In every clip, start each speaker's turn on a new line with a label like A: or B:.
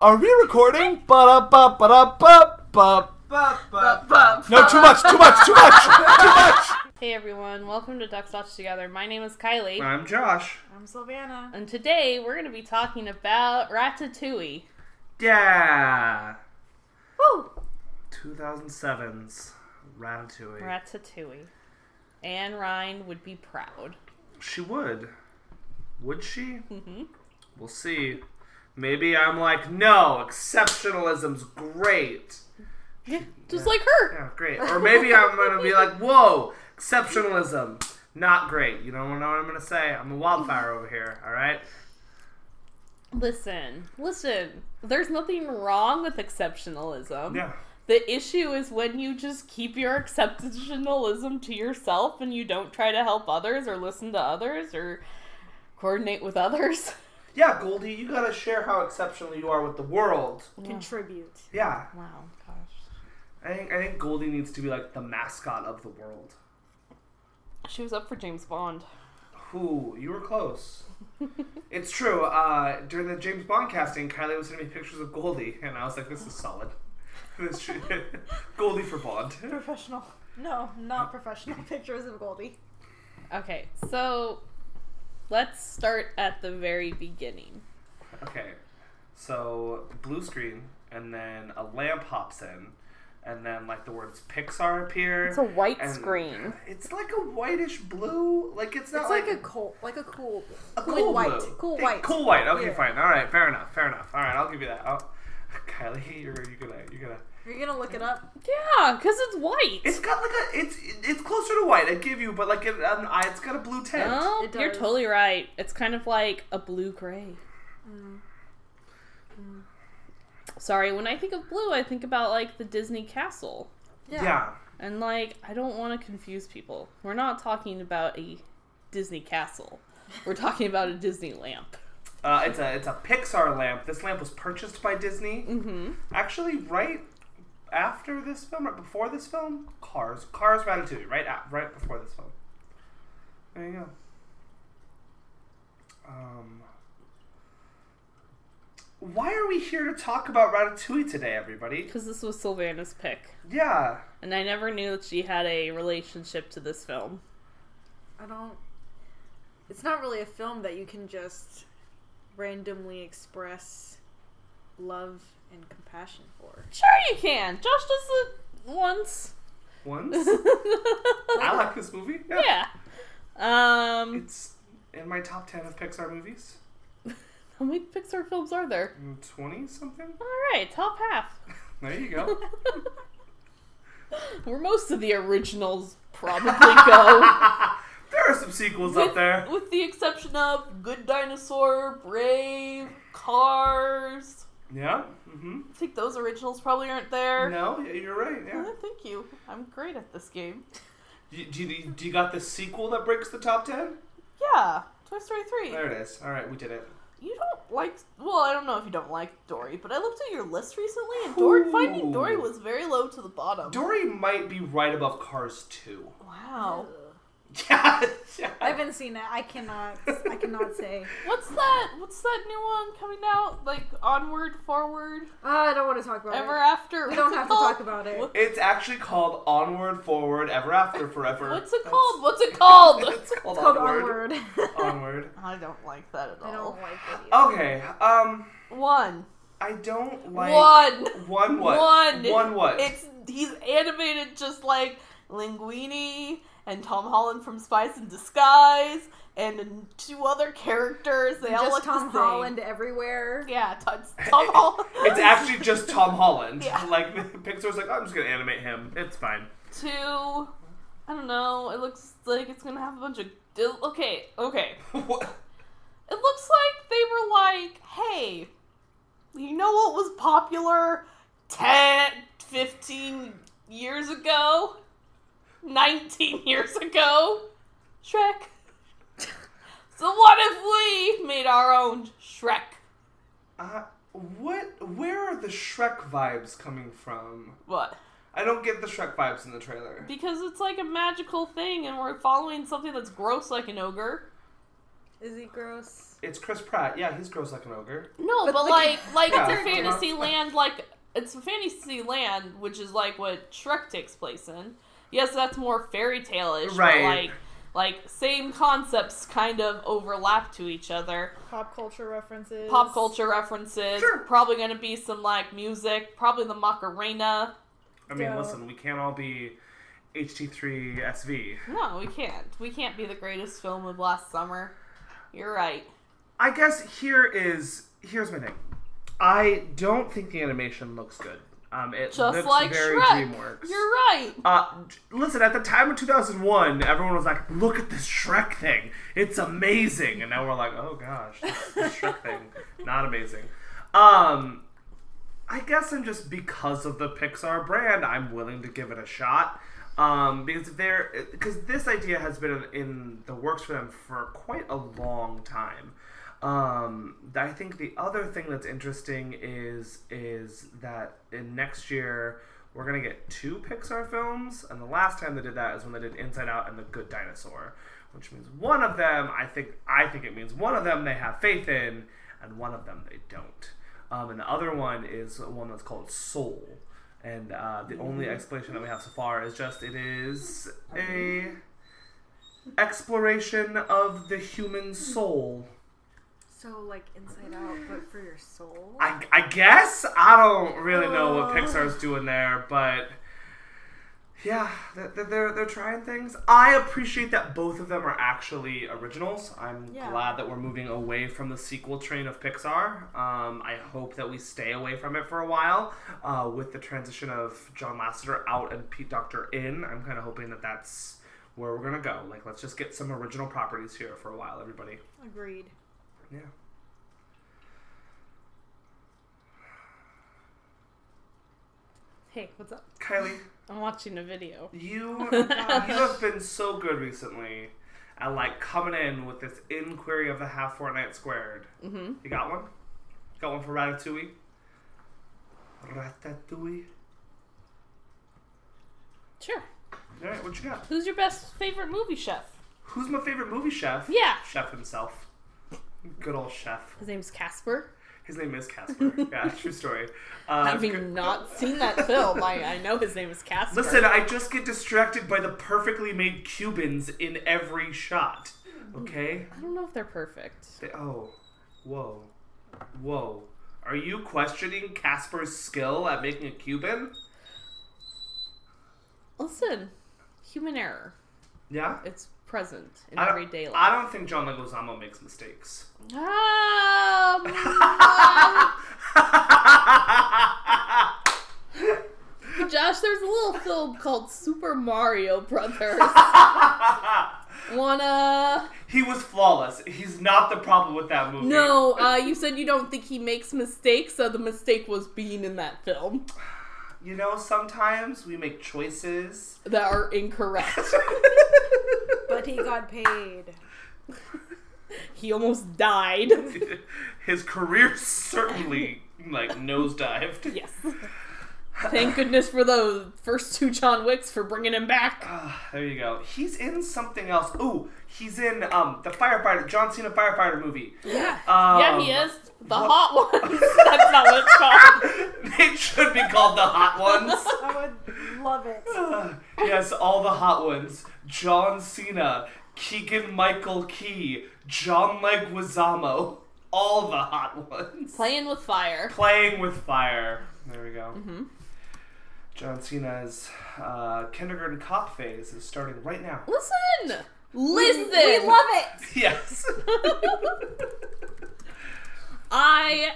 A: Are we recording? Ba ba ba ba ba ba. No, too much, too much, too much, too much.
B: Hey everyone, welcome to Ducks Watch Together. My name is Kylie,
C: I'm Josh.
D: I'm Sylvana.
B: and today we're going to be talking about Ratatouille.
C: Yeah.
D: Woo!
C: 2007's Ratatouille.
B: Ratatouille. Anne Ryan would be proud.
C: she would. Would she?
B: hmm
C: We'll see. Maybe I'm like, no, exceptionalism's great.
B: Yeah, just like her.
C: Yeah, great. Or maybe I'm going to be like, whoa, exceptionalism, not great. You don't know what I'm going to say. I'm a wildfire over here, all right?
B: Listen, listen. There's nothing wrong with exceptionalism.
C: Yeah.
B: The issue is when you just keep your exceptionalism to yourself and you don't try to help others or listen to others or coordinate with others.
C: Yeah, Goldie, you got to share how exceptional you are with the world.
D: Contribute.
C: Yeah.
B: Wow, gosh.
C: I think, I think Goldie needs to be like the mascot of the world.
B: She was up for James Bond.
C: Ooh, you were close. it's true. Uh, during the James Bond casting, Kylie was sending me pictures of Goldie, and I was like, "This is solid. This should- Goldie for Bond."
D: Professional. No, not professional pictures of Goldie.
B: Okay, so let's start at the very beginning.
C: Okay, so blue screen, and then a lamp hops in, and then like the words Pixar appear.
B: It's a white
C: and-
B: screen.
C: It's like a whitish blue. Like it's not
D: It's
C: like,
D: like, a cool, like a cool,
C: a
D: cool,
C: cool
D: white,
C: blue.
D: cool
C: Yeah,
D: white.
C: Cool white. Okay,
D: Yeah.
C: fine. All right, fair enough. Fair enough. All right, I'll give you that. I'll... Kylie, you're you gonna you gonna.
D: You're gonna look it up.
B: Yeah, because it's white.
C: It's got like a it's it's closer to white. I give you, but like an, an eye, it's got a blue tint.
B: Oh,
D: It
B: you're
D: does.
B: totally right. It's kind of like a blue gray. Mm. Sorry, when I think of blue, I think about like the Disney castle.
C: yeah.
B: And like, I don't want to confuse people. We're not talking about a Disney castle, we're talking about a Disney lamp.
C: Uh, it's a it's a Pixar lamp. This lamp was purchased by Disney.
B: Mm-hmm.
C: Actually, right after this film, right before this film, Cars, Cars, Ratatouille, right at, right before this film. There you go. Um, why are we here to talk about Ratatouille today, everybody?
B: Because this was Sylvana's pick.
C: Yeah.
B: And I never knew that she had a relationship to this film.
D: I don't. It's not really a film that you can just randomly express love and compassion for.
B: Sure, you can. Josh does it once.
C: Once I like this movie.
B: yeah. Um,
C: It's in my top 10 of Pixar movies.
B: how many Pixar films are there?
C: 20 something?
B: All right, top half.
C: There you go.
B: Where most of the originals probably go,
C: there are some sequels up there.
B: with the exception of Good Dinosaur, Brave, Cars.
C: Yeah? hmm
B: I think those originals probably aren't there.
C: No, yeah, you're right. Yeah.
B: Oh, thank you. I'm great at this game.
C: You, do, you, do you got the sequel that breaks the top 10?
B: Yeah, Toy Story 3.
C: There it is. All right, we did it.
B: You don't like. Well, I don't know if you don't like Dory, but I looked at your list recently, and Dory, Finding
C: Ooh.
B: Dory was very low to the bottom.
C: Dory might be right above Cars 2.
B: wow.
D: Ugh.
C: Yeah.
D: I
C: yeah.
D: haven't seen it. I cannot. I cannot say.
B: What's that? What's that new one coming out? Like Onward, Forward,
D: Uh, I don't want to talk about
B: Ever
D: it.
B: After?
D: We
B: What's
D: don't
B: it
D: have to
B: called?
D: talk about it.
B: What-
C: It's actually called Onward, Forward, Ever After, Forever.
B: What's it called? What's it called?
C: It's called,
D: It's called
C: Onward.
D: Onward.
C: Onward.
B: I don't like that at
D: I
B: all.
D: don't like it. Either.
C: Okay. Um,
B: One.
C: I don't like
B: One.
C: one what?
B: One.
C: One what?
B: It's he's animated just like Linguini and Tom Holland from Spice in Disguise and two other characters. They all
D: Just
B: look
D: Tom
B: the same.
D: Holland everywhere.
B: Yeah, Tom, Tom Holland.
C: It's actually just Tom Holland.
B: Yeah.
C: Like Pixar's like, "Oh, I'm just gonna animate him. It's fine.
B: two. I don't know. It looks like it's gonna have a bunch of. it- Okay, okay.
C: What?
B: It looks like they were like, hey, you know what was popular 10, 15 years ago? 19 years ago? Shrek. so what if we made our own Shrek?
C: Uh, what? Where are the Shrek vibes coming from?
B: What?
C: I don't get the Shrek vibes in the trailer.
B: Because it's like a magical thing and we're following something that's gross like an ogre.
E: Is he gross?
C: It's Chris Pratt. Yeah, he's gross like an ogre.
F: No,
E: But
F: but,
E: the-
F: like, like
C: Yeah.
F: it's a fantasy land. Like it's a fantasy land, which is like what Shrek takes place in. Yes, that's more fairy tale-ish, But
C: Right.
F: like, like same concepts kind of overlap to each other.
B: Pop culture references.
F: Pop culture references.
C: Sure.
F: Probably going to be some like music. Probably the Macarena.
C: I mean,
B: Duh.
C: listen, we can't all be HT3SV.
F: No, we can't. We can't be the greatest film of last summer. You're right.
C: I guess here is here's my thing. I don't think the animation looks good. Um, it
F: Just
C: looks
F: like
C: very
F: Shrek.
C: DreamWorks.
F: You're right.
C: Uh, j- listen, at the time of 2001, everyone was like, look at this Shrek thing. It's amazing. And now we're like, oh gosh, this, this Shrek thing, not amazing. Um, I guess I'm just because of the Pixar brand, I'm willing to give it a shot. Um, because if they're, because this idea has been in, in the works for them for quite a long time. Um, I think the other thing that's interesting is is that in next year we're gonna get two Pixar films, and the last time they did that is when they did Inside Out and The Good Dinosaur, which means one of them. I think I think it means one of them they have faith in, and one of them they don't. Um, and the other one is one that's called Soul. And uh, the only explanation that we have so far is just it is a exploration of the human soul.
E: So like inside out, but for your soul.
C: I, I guess I don't really know what Pixar's doing there, but yeah, they're, they're they're trying things. I appreciate that both of them are actually originals. I'm
E: Yeah.
C: glad that we're moving away from the sequel train of Pixar. Um, I hope that we stay away from it for a while. Uh, with the transition of John Lasseter out and Pete Doctor in, I'm kind of hoping that that's where we're gonna go. Like, let's just get some original properties here for a while, everybody.
E: Agreed.
C: Yeah.
B: Hey, what's up?
C: Kylie,
B: I'm watching a video.
C: You you have been so good recently at like coming in with this inquiry of the half Fortnite squared.
F: Mm-hmm.
C: You got one? Got one for Ratatouille? Ratatouille?
F: Sure.
C: Alright, what you got?
F: Who's your best favorite movie chef?
C: Who's my favorite movie chef?
F: Yeah.
C: Chef himself. Good old chef.
B: His name's Casper.
C: His name is Casper. yeah, true story. Uh,
B: Having not seen that film, I, I know his name is Casper.
C: Listen, I just get distracted by the perfectly made Cubans in every shot. Okay?
B: I don't know if they're perfect.
C: They, oh, whoa, whoa! Are you questioning Casper's skill at making a Cuban?
B: Listen, human error.
C: Yeah.
B: It's present in
C: I don't-
B: everyday
C: I
B: life.
C: don't think John Leguizamo makes mistakes.
B: Um, um, Josh, there's a little film called Super Mario Brothers. Wanna?
C: he was flawless. He's not the problem with that movie.
B: No, uh, you said you don't think he makes mistakes, so the mistake was being in that film
C: You know, sometimes we make choices.
B: that are incorrect.
E: But he got paid.
B: he almost died.
C: His career certainly like nosedived.
B: Yes. Thank goodness for the first two John Wicks for bringing him back.
C: Ah, there you go. He's in something else. Ooh, he's in um the firefighter John Cena firefighter movie.
B: Yeah.
C: Um,
F: yeah, he is. The
C: what-
F: hot ones. That's not what it's called.
C: they should be called the hot ones.
B: I
E: would love it.
C: Uh, yes, all the hot ones. John Cena, Keegan Michael Key, John Leguizamo. All the hot ones.
F: Playing with fire.
C: Playing with fire. There we go.
F: Mhm.
C: John Cena's uh, kindergarten cop phase is starting right now.
B: Listen! Listen!
E: We love it.
C: Yes.
B: I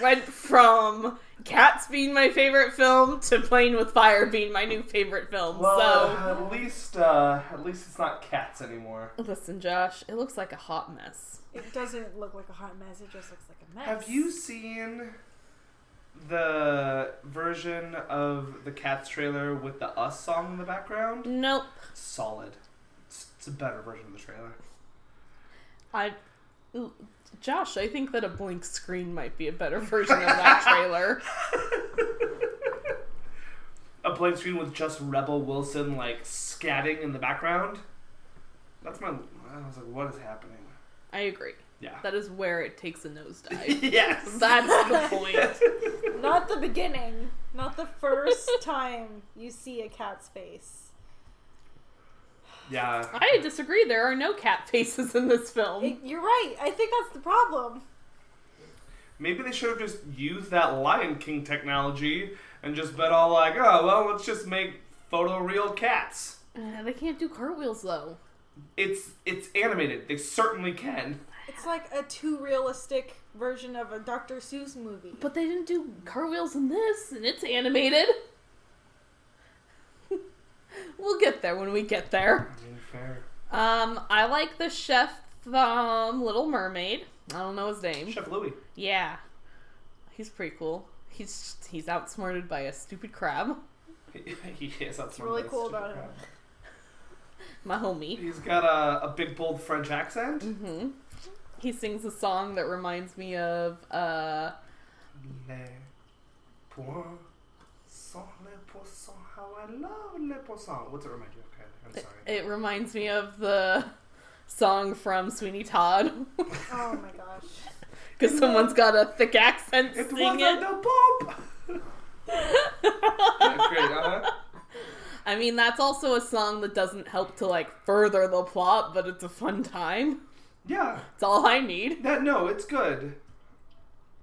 B: went from Cats being my favorite film to Playing with Fire being my new favorite film.
C: well, at least uh, at least it's not cats anymore.
B: so, listen, Josh, it looks like a hot mess.
E: It doesn't look like a hot mess. It just looks like a mess.
C: Have you seen the version of the Cats trailer with the Us song in the background?
B: Nope.
C: Solid. It's, it's a better version of the trailer.
B: I. ooh, Josh, I think that a blank screen might be a better version of that trailer.
C: A blank screen with just Rebel Wilson like scatting in the background. That's my I was like, what is happening?
B: I agree.
C: Yeah.
B: That is where it takes a nosedive.
C: yes.
B: That's the point.
D: Not the beginning. Not the first time you see a cat's face.
C: yeah.
B: I disagree. There are no cat faces in this film.
D: It- you're right. I think that's the problem.
C: Maybe they should have just used that Lion King technology and just been all like, oh, well, let's just make photoreal cats.
B: Uh, they can't do cartwheels though.
C: It's it's animated. They certainly can.
D: It's like a too realistic version of a Dr. Seuss movie.
B: But they didn't do cartwheels in this, and it's animated. we'll get there when we get there.
C: Fair.
B: Um, I like the chef from Little Mermaid. I don't know his name.
C: Chef Louie.
B: Yeah, he's pretty cool. He's he's outsmarted by a stupid crab.
C: he is. That's
D: really cool about him.
B: My homie.
C: He's got a, a big, bold French accent.
D: Mm-hmm.
B: hmm He sings a song that reminds me of uh.
C: Les poissons, les poissons, how I love les poissons. What's it remind you of? Okay, I'm sorry.
B: It reminds me of the song from Sweeney Todd
D: Oh my gosh.
B: because someone's got a thick accent
C: It was
B: singing.
C: a the Pope! yeah, great, uh-huh.
B: I mean, that's also a song that doesn't help to like further the plot, but it's a fun time.
C: yeah,
B: It's all I need.
C: that, no, it's good.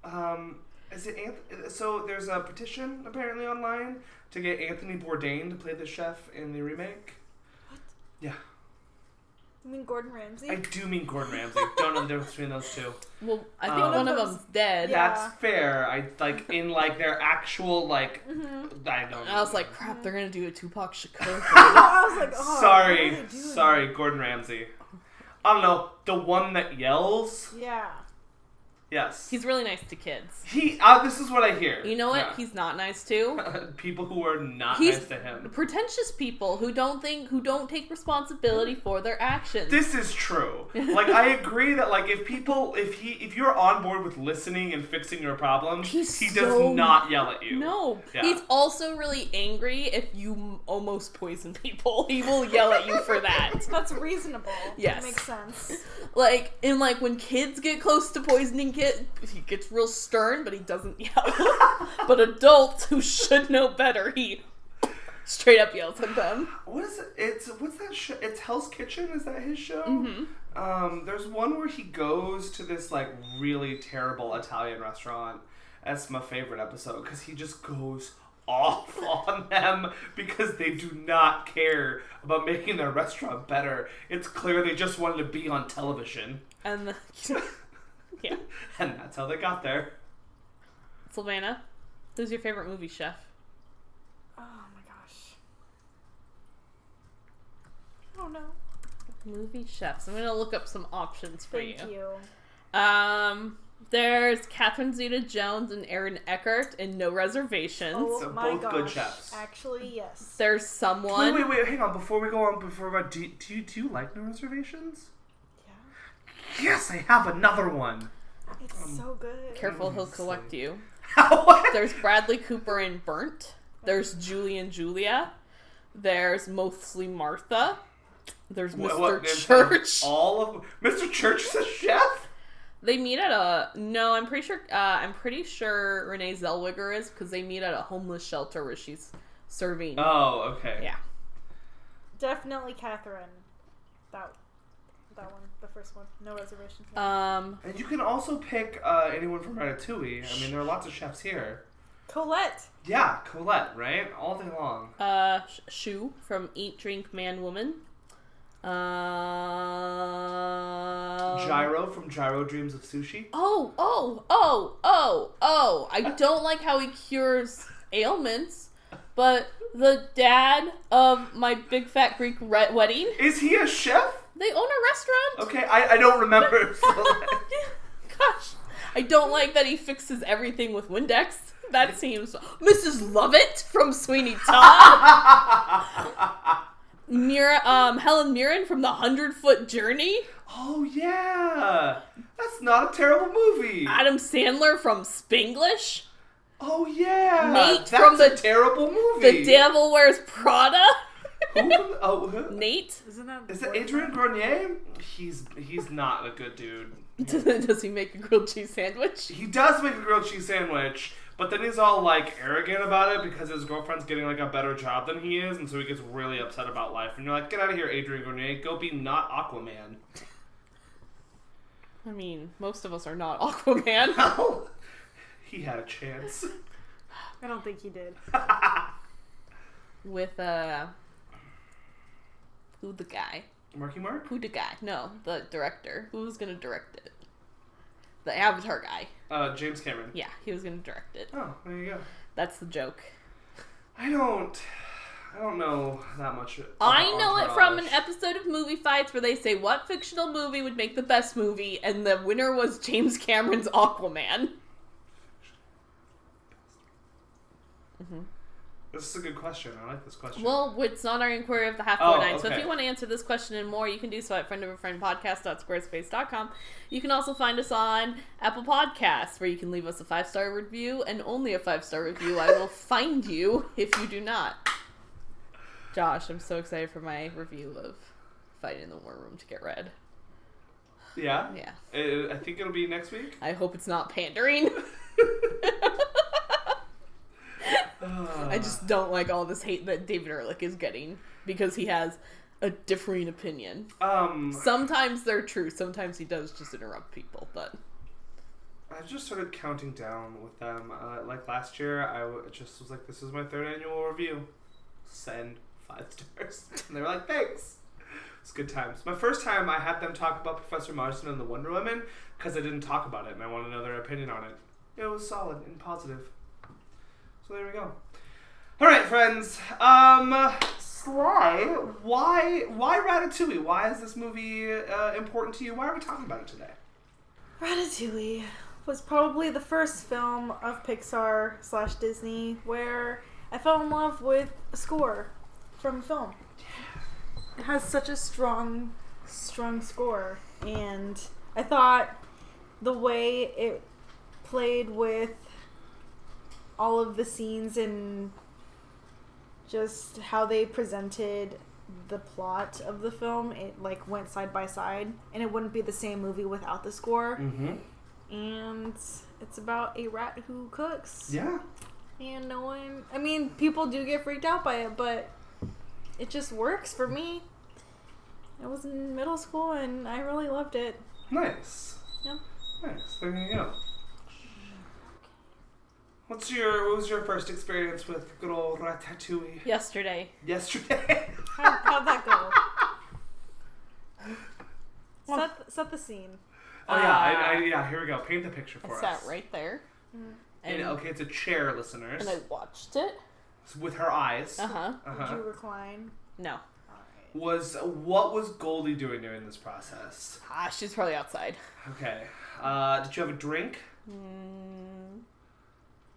C: Um, is it Anth- so there's a petition apparently online to get Anthony Bourdain to play the chef in the remake.
D: You mean Gordon Ramsay?
C: I do mean Gordon Ramsay. Don't know the difference between those two.
B: Well, I think
C: Um,
B: one of them's dead.
D: Yeah.
C: That's fair. I like in like their actual like
D: Mm-hmm.
C: I don't.
B: And I was like, crap, they're gonna do a Tupac Shakur. thing.
D: I was like, oh, what are
C: sorry,
D: they doing?
C: sorry, Gordon Ramsay. I don't know the one that yells.
D: Yeah.
C: Yes,
B: He's really nice to kids.
C: he. Uh, this is what I hear.
B: You know what?
C: Yeah.
B: He's not nice to
C: people who are not
B: He's-
C: nice to him.
B: pretentious people who don't think, who don't take responsibility for their actions.
C: This is true. Like I agree that like if people if he if you're on board with listening and fixing your problems,
B: He's
C: he
B: so-
C: does not yell at you.
B: No,
C: Yeah.
B: he's also really angry if you m- almost poison people. He will yell at you for that.
D: That's reasonable.
B: Yes.
D: Makes sense.
B: Like, and like when kids get close to poisoning kids, he gets real stern, but he doesn't yell. but adults who should know better, he straight up yells at them.
C: What is it? It's what's that show? It's Hell's Kitchen. Is that his show?
B: Mm-hmm.
C: Um, there's one where he goes to this like really terrible Italian restaurant. That's my favorite episode because he just goes off on them because they do not care about making their restaurant better. It's clear they just wanted to be on television,
B: And the, yeah,
C: and that's how they got there.
B: Sylvana, who's your favorite movie chef?
D: Oh my gosh. Oh I don't know.
B: Movie chefs. I'm gonna look up some options for
D: Thank you.
B: Um, there's Catherine Zeta-Jones and Aaron Eckert in No Reservations.
D: Oh
C: So
D: my
C: both
D: gosh.
C: good chefs.
D: Actually, yes.
B: There's someone.
C: Wait, wait, wait! Hang on. Before we go on, before we go, do, do you do you like no reservations?
D: Yeah.
C: Yes, I have another one.
D: It's
C: Um,
D: so good.
B: Careful, he'll collect you.
C: What?
B: There's Bradley Cooper in Burnt. There's Julie and Julia. There's mostly Martha. There's Mr.
C: What- what- there's
B: Church.
C: All of Mr. Church is a chef.
B: They meet at a no. I'm pretty sure. Uh, I'm pretty sure Renee Zellweger is because they meet at a homeless shelter where she's serving.
C: Oh, okay.
B: Yeah.
D: Definitely Catherine. That that one, the first one. No reservations.
B: Um,
C: And you can also pick uh, anyone from Ratatouille. I mean, there are lots of chefs here.
D: Colette.
C: Yeah, Colette, right? All day long.
B: uh, Sh- Shu from Eat, Drink, Man, Woman. Uh, Um,
C: Gyro from Gyro Dreams of Sushi.
B: Oh, oh, oh, oh, oh. I don't like how he cures ailments, but the dad of my big fat Greek re- wedding,
C: Is he a chef?
B: they own a restaurant.
C: Okay, I, I don't remember. so-
B: Gosh. I don't like that he fixes everything with Windex. That seems. Mrs. Lovett from Sweeney Todd. Mira, um, Helen Mirren from The Hundred Foot Journey.
C: oh yeah, that's not a terrible movie.
B: Adam Sandler from Spanglish.
C: Oh yeah,
B: Nate
C: that's
B: from
C: a
B: the-
C: terrible movie.
B: The Devil Wears Prada.
C: Who from the, oh, who?
B: Nate?
E: Isn't that
C: Is it Adrian Grenier? He's he's not a good dude.
B: Does he make a grilled cheese sandwich?
C: He does make a grilled cheese sandwich, but then he's all like arrogant about it because his girlfriend's getting like a better job than he is, and so he gets really upset about life. And you're like, get out of here, Adrian Grenier. Go be not Aquaman.
B: I mean, most of us are not Aquaman.
C: No, he had a chance.
D: I don't think he did.
B: With, uh. Who the guy?
C: Marky Mark.
B: Who the guy? No, the director. Who was gonna direct it? The Avatar guy.
C: Uh, James Cameron.
B: Yeah, he was gonna direct it.
C: Oh, there you go.
B: That's the joke.
C: I don't. I don't know that much. about
B: I know it from an
C: Entourage.
B: episode of Movie Fights where they say what fictional movie would make the best movie, and the winner was James Cameron's Aquaman.
C: Mm-hmm. This is a good question. I like this question.
B: Well, it's not our inquiry of the half
C: Oh,
B: hour nine. So if
C: okay.
B: you want to answer this question and more, you can do so at friend of a friend podcast.squarespace.com. You can also find us on Apple Podcasts, where you can leave us a five star review and only a five star review. I will find you if you do not. Josh, I'm so excited for my review of Fight in the War Room to get read.
C: yeah.
B: Yeah.
C: I- I think it'll be next week.
B: I hope it's not pandering.
C: Uh,
B: I just don't like all this hate that David Ehrlich is getting because he has a differing opinion.
C: um.
B: Sometimes they're true, sometimes he does just interrupt people, but
C: I've just started counting down with them. Uh, like last year, I w- just was like, "This is my third annual review. Send five stars." And they were like, "Thanks." It's good times. My first time, I had them talk about Professor Marston and the Wonder Woman because I didn't talk about it, and I wanted to know their opinion on it. It was solid and positive. So there we go. All right, friends. Um, Sly, why why Ratatouille? Why is this movie uh, important to you? Why are we talking about it today?
D: Ratatouille was probably the first film of Pixar slash Disney where I fell in love with a score from a film. It has such a strong, strong score, and I thought the way it played with all of the scenes and just how they presented the plot of the film it like went side by side and it wouldn't be the same movie without the score
C: Mm-hmm.
D: and it's about a rat who cooks.
C: Yeah.
D: And no one, I mean, people do get freaked out by it, but it just works for me. I was in middle school and I really loved it.
C: Nice.
D: Yeah.
C: Nice. There you go. What's your what was your first experience with good old Ratatouille
B: yesterday.
C: yesterday?
D: How, how'd that go? set, set the scene.
C: oh yeah, I, I, yeah. Here we go. Paint the picture
B: I
C: for
B: sat
C: us.
B: Uh, right there.
C: And,
B: And,
C: okay, it's a chair, listeners.
B: and I watched it.
C: It's with her eyes.
B: Uh huh.
D: Did
C: Uh-huh.
D: you recline?
B: No.
C: Was what was Goldie doing during this process?
B: Ah, she's probably outside.
C: Okay. Uh, did you have a drink?
B: Mm,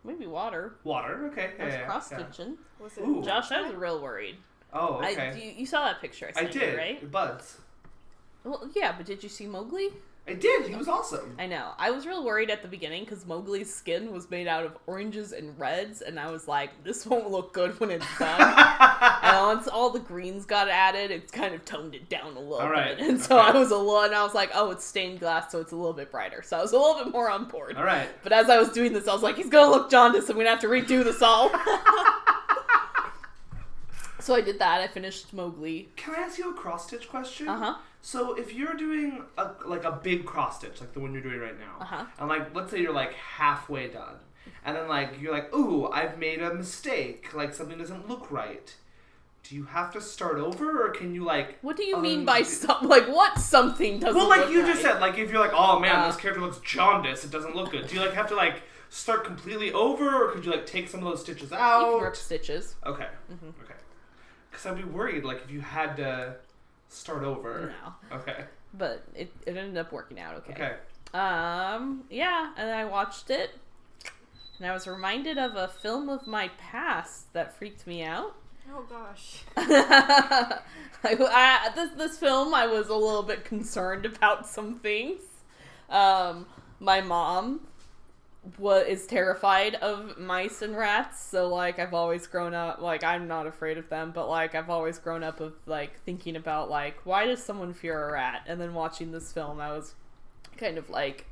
B: maybe water.
C: Water. Okay.
B: I
C: Yeah,
B: was
C: yeah,
B: cross
C: yeah.
B: stitching.
D: Was it?
C: Ooh.
B: Josh, I was real worried.
C: Oh,
B: I,
C: okay.
B: you, you saw that picture I
C: I,
B: sent you,
C: did.
B: right?
C: It buds.
B: Well, yeah, but did you see Mowgli?
C: I did. He was awesome.
B: I know. I was real worried at the beginning because Mowgli's skin was made out of oranges and reds, and I was like, this won't look good when it's done. and once all the greens got added, it's kind of toned it down a little
C: All right.
B: bit. And so
C: Okay.
B: I was a little, and I was like, oh, it's stained glass, so it's a little bit brighter. So I was a little bit more on board.
C: All right.
B: But as I was doing this, I was like, he's gonna look jaundiced. I'm gonna have to redo this all. so I did that. I finished Mowgli.
C: Can I ask you a cross stitch question?
B: Uh huh.
C: So if you're doing a, like a big cross stitch, like the one you're doing right now,
B: Uh-huh.
C: and like let's say you're like halfway done, and then like you're like, ooh, I've made a mistake, like something doesn't look right. Do you have to start over, or can you like?
B: What do you mean by
C: undo-
B: some? Like what something doesn't?
C: Oh, Well, like
B: look
C: you just
B: right?
C: said, like if you're like, oh man,
B: Uh.
C: this character looks jaundiced, it doesn't look good. Do you like have to like start completely over, or could you like take some of those stitches
B: You can Mm-hmm.
C: out?
B: rip stitches.
C: Okay, okay. Because I'd be worried, like if you had to start over.
B: No,
C: Okay.
B: but it, it ended up working out okay.
C: Okay.
B: Um, yeah, and I watched it, and I was reminded of a film of my past that freaked me out.
D: Oh gosh.
B: I, I- this, this film, I was a little bit concerned about some things. Um, my mom wa is terrified of mice and rats, so like I've always grown up like I'm not afraid of them, but like I've always grown up of like thinking about like why does someone fear a rat? And then watching this film, I was kind of like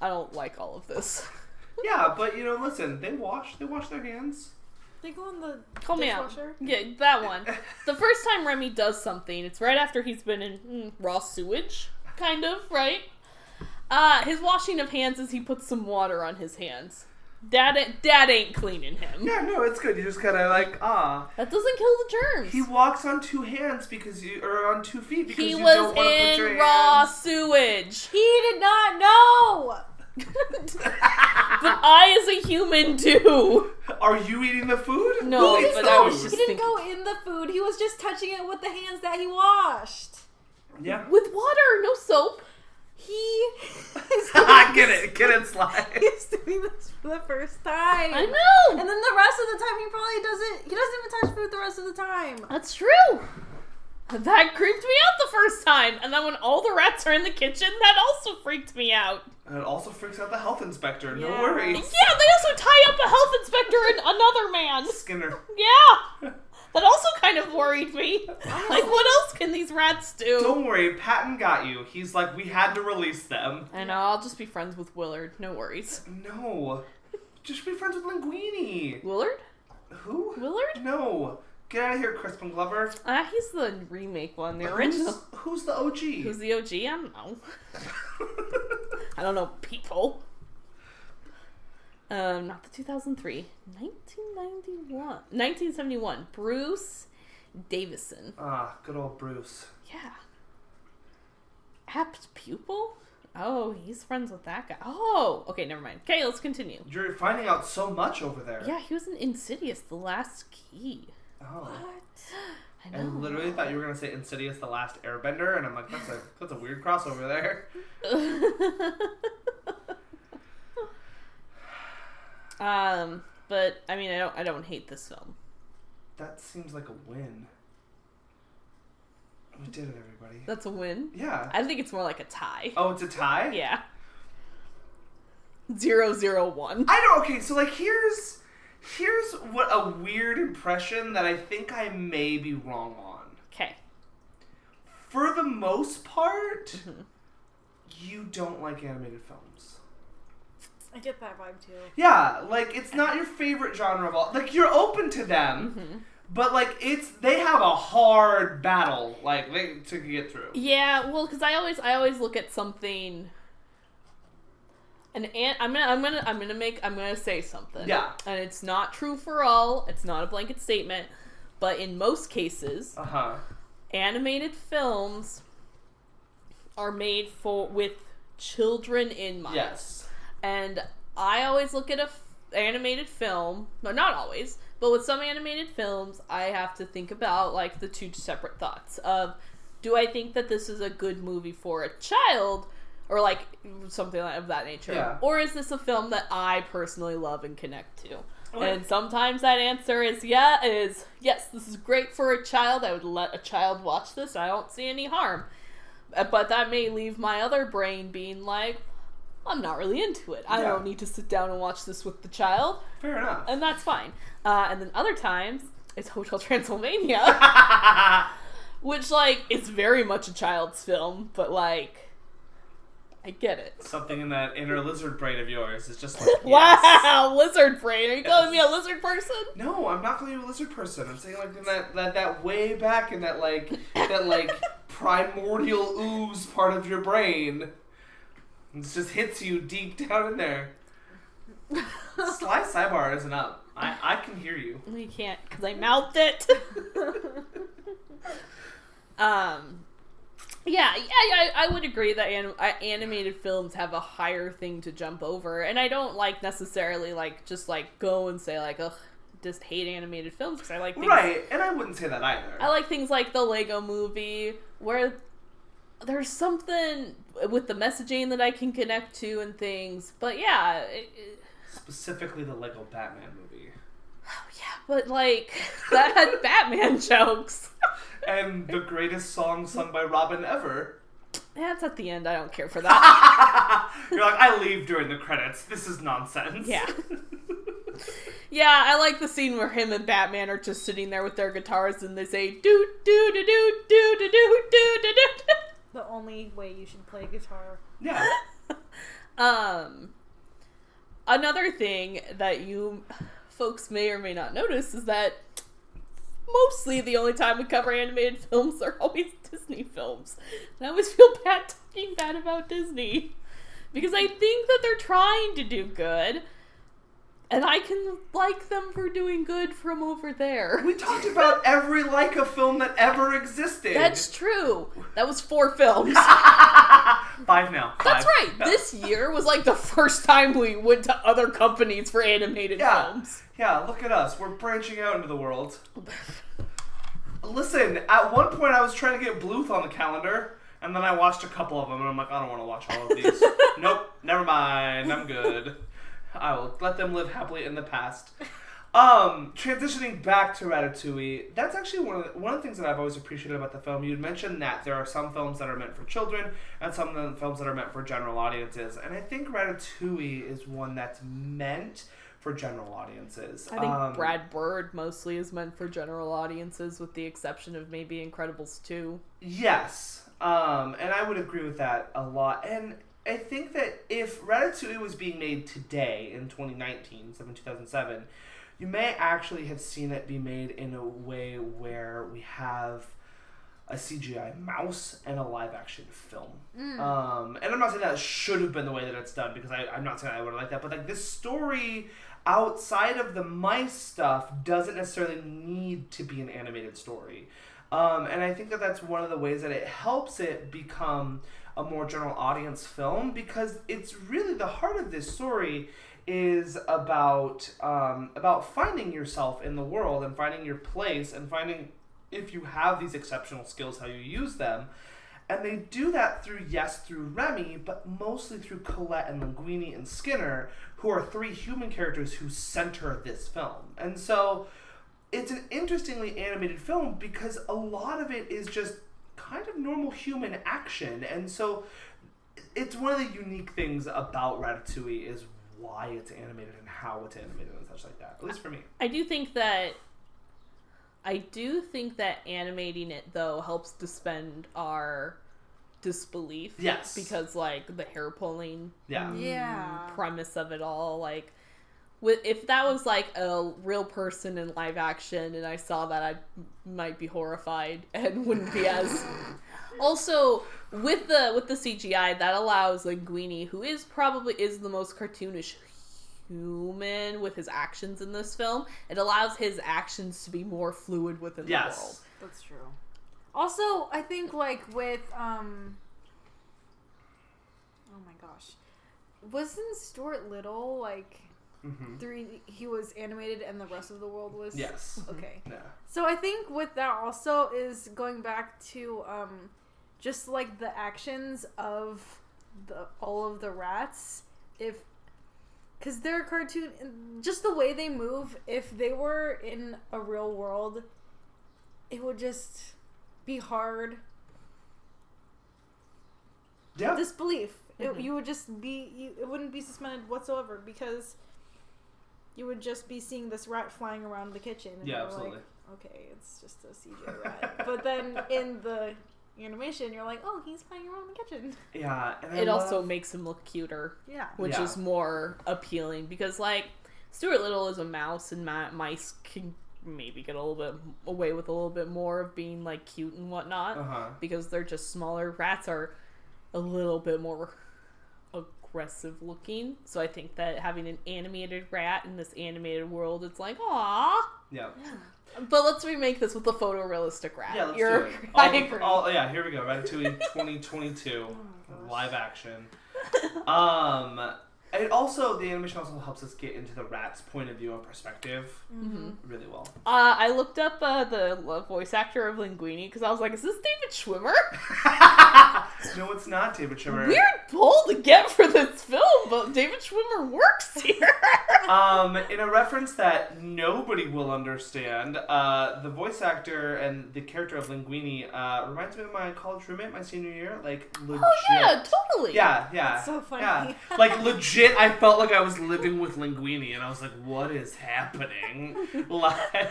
B: I don't like all of this.
C: Yeah, but you know, listen, they wash they wash their hands.
D: They go in the
B: Call me out.
D: dishwasher.
B: Yeah, that one. The first time Remy does something, it's right after he's been in mm, raw sewage, kind of, right? Uh, his washing of hands is he puts some water on his hands. Dad, dad ain't cleaning him.
C: Yeah, no, it's good. You just kind of like ah.
B: That doesn't kill the germs.
C: He walks on two hands because you or on two feet because
B: He
C: you
B: was
C: don't want to put your
B: in raw
C: hands-
B: sewage.
D: He did not know.
B: But I, as a human, do.
C: Are you eating the food?
B: No,
C: Who eats
B: but I was
C: those?
B: just-
D: He didn't
B: thinking-
D: go in the food. He was just touching it with the hands that he washed.
C: yeah.
B: With water, no soap.
D: He is
C: I
D: doing,
C: get it, get it, slide.
D: he's doing this for the first time.
B: I know.
D: And then the rest of the time, he probably doesn't. He doesn't even touch food the rest of the time.
B: That's true. That creeped me out the first time. And then when all the rats are in the kitchen, that also freaked me out.
C: And it also freaks out the health inspector. No
D: Yeah.
B: Yeah,
C: worries,
B: they also tie up a health inspector and another man.
C: Skinner.
B: Yeah. That also kind of worried me. Like, what else can these rats do?
C: Don't worry, Patton got you. He's like, we had to release them.
B: I know, I'll just be friends with Willard. No worries.
C: No, just be friends with Linguini.
B: Willard?
C: Who?
B: Willard?
C: No, get out of here, Crispin Glover.
B: Ah, he's the remake one, the original.
C: Who's, who's the OG?
B: Who's the OG? I don't know. I don't know people. Um, not the 2003. 1991. 1971. Bruce Davison.
C: ah, good old Bruce.
B: Yeah. Apt pupil? Oh, he's friends with that guy. Oh, okay, never mind. Okay, let's continue.
C: You're finding out so much over there.
B: Yeah, he was in Insidious, The Last Key.
C: Oh.
B: I
C: I
B: know.
C: literally thought you were gonna say Insidious: The Last Airbender, and I'm like, that's a that's a weird crossover there.
B: um, but I mean, I don't, I don't hate this film.
C: That seems like a win. We did it, everybody.
B: That's a win.
C: Yeah.
B: I think it's more like a tie.
C: Oh, it's a tie.
B: Yeah. Zero zero one.
C: I don't. Okay, so like here's here's what a weird impression that I think I may be wrong on.
B: Okay.
C: For the most part, you don't like animated films.
D: I get that vibe too.
C: Yeah, like it's not your favorite genre of all. Like you're open to them, but like it's they have a hard battle like they, to get through.
B: Yeah, well, because I always I always look at something. An ant. I'm gonna I'm gonna I'm gonna make I'm gonna say something.
C: Yeah.
B: And it's not true for all. It's not a blanket statement, but in most cases,
C: Uh huh.
B: animated films are made for with children in mind.
C: Yes.
B: And I always look at a f- animated film, but not always. But with some animated films, I have to think about like the two separate thoughts of do I think that this is a good movie for a child or like something of that nature?
C: Yeah.
B: Or is this a film that I personally love and connect to?
C: Okay.
B: And sometimes that answer is yeah, is yes, this is great for a child. I would let a child watch this. I don't see any harm. Uh, But that may leave my other brain being like, I'm not really into it. I
C: Yeah.
B: don't need to sit down and watch this with the child,
C: Fair enough.
B: and that's fine. Uh, and then other times, it's Hotel Transylvania, which like is very much a child's film, but like, I get it.
C: Something in that inner lizard brain of yours is just like yes.
B: Wow, lizard brain. Are you calling me a lizard person?
C: No, I'm not calling you a lizard person. I'm saying like in that, that that way back in that like that like primordial ooze part of your brain. It just hits you deep down in there. Sly sidebar isn't up. I, I can hear you.
B: We can't because I mouthed it. um, yeah, yeah, yeah, I, I would agree that anim- uh, animated films have a higher thing to jump over, and I don't like necessarily like just like go and say like ugh, just hate animated films because I like things
C: Right, and I wouldn't say that either.
B: I like things like the Lego movie where there's something with the messaging that I can connect to and things. But yeah, it- it-
C: Specifically the Lego Batman movie.
B: yeah, but like that had Batman jokes.
C: And the greatest song sung by Robin ever.
B: That's at the end. I don't care for that.
C: You're like, I leave during the credits. This is nonsense.
B: Yeah. yeah, I like the scene where him and Batman are just sitting there with their guitars and they say doo doo doo doo doo doo doo doo doo doo.
D: The only way you should play guitar.
C: yeah.
B: Um, another thing that you folks may or may not notice is that mostly the only time we cover animated films are always Disney films. And I always feel bad talking bad about Disney because I think that they're trying to do good. And I can like them for doing good from over there.
C: We talked about every Leica film that ever existed.
B: That's true. That was four films.
C: Five now. Five.
B: That's right. This year was like the first time we went to other companies for animated
C: Yeah.
B: films.
C: Yeah, look at us. We're branching out into the world. Listen, at one point I was trying to get Bluth on the calendar, and then I watched a couple of them, and I'm like, I don't want to watch all of these. nope, never mind. I'm good. I will let them live happily in the past. Um, transitioning back to Ratatouille, that's actually one of the, one of the things that I've always appreciated about the film. You'd mentioned that there are some films that are meant for children and some of the films that are meant for general audiences, and I think Ratatouille is one that's meant for general audiences.
B: I think
C: Um,
B: Brad Bird mostly is meant for general audiences, with the exception of maybe Incredibles 2.
C: Yes, um, and I would agree with that a lot. And I think that if Ratatouille was being made today in 2019, so in 2007, you may actually have seen it be made in a way where we have a CGI mouse and a live action film. Um, and I'm not saying that should have been the way that it's done because I, I'm not saying I would have liked that, but like this story outside of the mice stuff doesn't necessarily need to be an animated story. Um, and I think that that's one of the ways that it helps it become a more general audience film because it's really the heart of this story is about um, about finding yourself in the world and finding your place and finding if you have these exceptional skills, how you use them. And they do that through, yes, through Remy, but mostly through Colette and Linguini and Skinner, who are three human characters who center this film. And so it's an interestingly animated film because a lot of it is just kind of normal human action. And so it's one of the unique things about Ratatouille is why it's animated and how it's animated and such like that. At least for me.
B: I do think that. I do think that animating it, though, helps suspend our disbelief.
C: Yes.
B: Because, like, the hair pulling
C: Yeah.
E: Yeah.
B: premise of it all like with, if that was like a real person in live action and i saw that i might be horrified and wouldn't be as also with the with the cgi that allows linguini who is probably is the most cartoonish human with his actions in this film it allows his actions to be more fluid within the world
C: Yes.
E: That's true.
D: Also, I think like with um
E: Oh my gosh. Wasn't Stuart Little like
C: hmm
E: three? He was animated, and the rest of the world was.
C: Yes.
E: Okay.
C: Yeah.
E: So I think with that also is going back to um, just like the actions of the all of the rats, if because they're cartoon, just the way they move. If they were in a real world, it would just be hard
C: Yeah.
E: disbelief. It, you would just be you, it wouldn't be suspended whatsoever because
D: you would just be seeing this rat flying around the kitchen and
C: Yeah,
D: you're
C: absolutely.
D: like, okay, it's just a CJ rat. but then in the animation you're like, oh, he's flying around the kitchen.
C: yeah. And I
B: it
C: love-
B: also makes him look cuter
D: Yeah.
B: which
C: Yeah.
B: is more appealing because like Stuart Little is a mouse and ma- mice can maybe get a little bit away with a little bit more of being like cute and whatnot
C: Uh-huh.
B: because they're just smaller. Rats are a little bit more aggressive looking, so I think that having an animated rat in this animated world, it's like aw.
C: Yeah.
B: But let's remake this with a photorealistic rat.
C: Yeah, let's
B: You're-
C: do it.
B: I
C: All-
B: agree.
C: all- yeah, here we
B: Oh
C: go. Ratatouille 2022 live action. Um, It also the animation also helps us get into the rat's point of view and perspective
D: Mm-hmm.
B: Mhm.
E: Mm-hmm.
C: really well.
B: Uh, I looked up uh, the lo- voice actor of Linguini because I was like, is this David Schwimmer?
C: no, it's not David Schwimmer.
B: Weird pull to get for this film, but David Schwimmer works here.
C: Um, in a reference that nobody will understand, uh, the voice actor and the character of Linguini uh, reminds me of my college roommate my senior year. Like legit.
B: oh yeah, totally.
C: Yeah, yeah.
E: so funny.
C: Yeah. Like legit, I felt like I was living with Linguini, and I was like, "What is happening?" Like,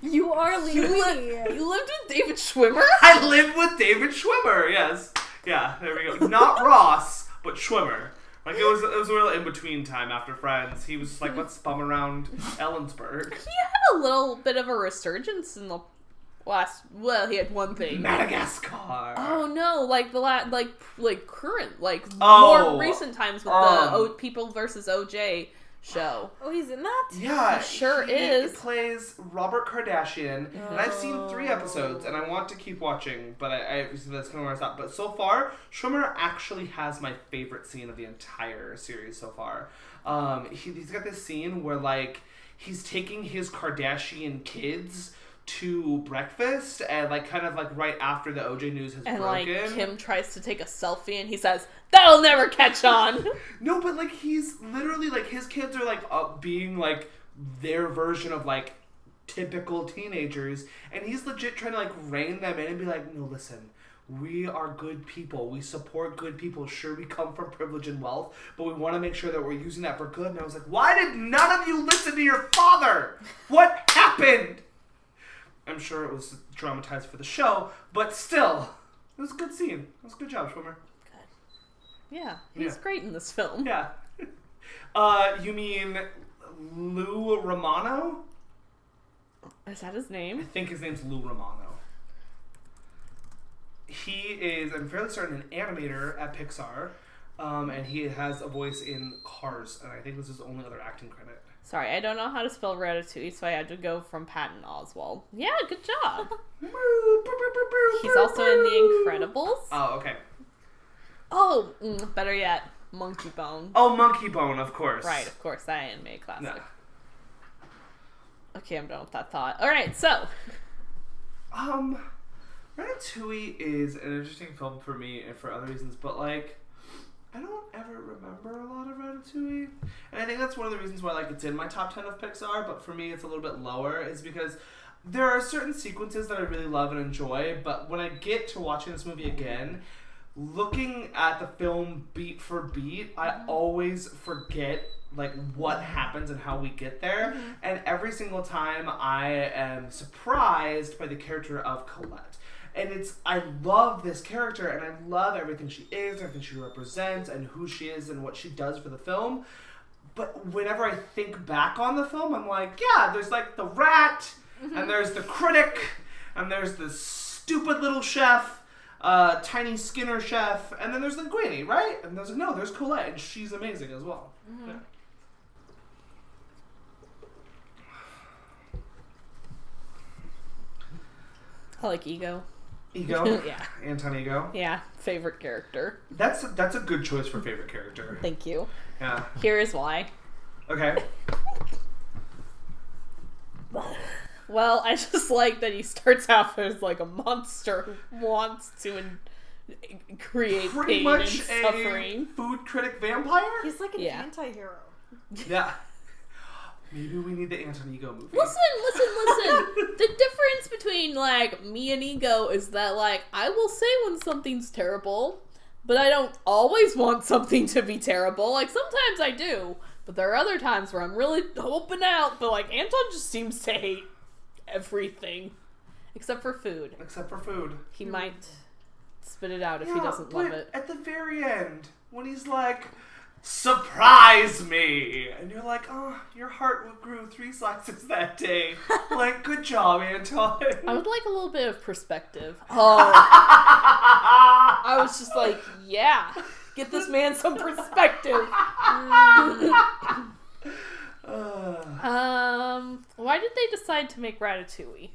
E: You are Linguini.
B: You lived with David Schwimmer?
C: I live with David Schwimmer. Yes. Yeah. There we go. Not Ross, but Schwimmer. Like it was, it was a real in between time after Friends. He was just like, "Let's bum around Ellensburg,
B: He had a little bit of a resurgence in the last. Well, he had one thing.
C: Madagascar."
B: Oh no! Like the la- like like current like
C: Oh.
B: more recent times with
C: Um.
B: the o- People versus OJ show.
E: Oh, he's in that?
C: Yeah,
B: He sure
C: he
B: is. Oh.
C: plays Robert Kardashian, and I've seen three episodes, and I want to keep watching, but I, I so that's kind of where I stopped. But so far, Schwimmer actually has my favorite scene of the entire series so far. Um, he, he's got this scene where like he's taking his Kardashian kids to breakfast, and like kind of like right after the OJ news has
B: And like
C: broken.
B: Kim tries to take a selfie and he says, That'll never catch on.
C: No, but like he's literally like his kids are like uh, being like their version of like typical teenagers, and he's legit trying to like rein them in and be like, no, listen. We are good people. We support good people. Sure, we come from privilege and wealth, but we want to make sure that we're using that for good. And I was like, why did none of you listen to your father? What happened? I'm sure it was dramatized for the show, but still, it was a good scene. It was a good job, Schwimmer.
B: yeah, he's
C: Yeah.
B: great in this film.
C: Yeah. Uh, you mean Lou Romano?
B: Is that his
C: I
B: name?
C: think his name's Lou Romano. He is, I'm fairly certain, an animator at Pixar, um, and he has a voice in Cars, and I think this is his only other acting credit.
B: Sorry, I don't know how to spell Ratatouille, so I had to go from Patton Oswald. Yeah, good job. He's also in The Incredibles.
C: Oh, okay.
B: Oh, mm, better yet, Monkey Bone.
C: Oh, Monkey Bone, of course.
B: Right, of course, that anime classic.
C: No.
B: Okay, I'm done with that thought. All right, so
C: Um, Ratatouille is an interesting film for me and for other reasons, but like, I don't ever remember a lot of Ratatouille, and I think that's one of the reasons why like it's in my top ten of Pixar. But for me, it's a little bit lower, is because there are certain sequences that I really love and enjoy, but when I get to watching this movie again. Looking at the film beat for beat, I always forget like what happens and how we get there. And every single time I am surprised by the character of Colette. And it's I love this character and I love everything she is, everything she represents and who she is and what she does for the film. But whenever I think back on the film, I'm like, yeah, there's like the rat
B: Mm-hmm.
C: and there's the critic and there's the stupid little chef uh, tiny Skinner chef, and then there's Linguini, right? And there's no, there's Colette, and she's amazing as well.
B: Mm-hmm.
C: Yeah.
B: I like Ego.
C: Ego,
B: Yeah.
C: Anton Ego.
B: Yeah, favorite character.
C: That's that's a good choice for favorite character.
B: Thank you.
C: Yeah.
B: Here is why.
C: Okay.
B: Well, I just like that he starts off as like a monster who wants to in- create
C: Pretty
B: pain
C: much a
B: and suffering.
C: food critic vampire.
E: He's like an
B: Yeah.
E: anti-hero.
C: Yeah. Maybe we need the Anton Ego movie.
B: Listen, listen, listen. the difference between like me and ego is that like I will say when something's terrible, but I don't always want something to be terrible. Like sometimes I do, but there are other times where I'm really open out. But like Anton just seems to hate everything except for food.
C: Except for food.
B: He might spit it out if he
C: Hmm. Yeah,
B: doesn't
C: but
B: love it.
C: At the very end, when he's like, "Surprise me," and you're like, "Oh, your heart grew three slices that day." like, good job, Anton.
B: I would like a little bit of perspective. Oh, I was just like, yeah, get this man some perspective.
C: Uh,
B: Um, why did they decide to make Ratatouille?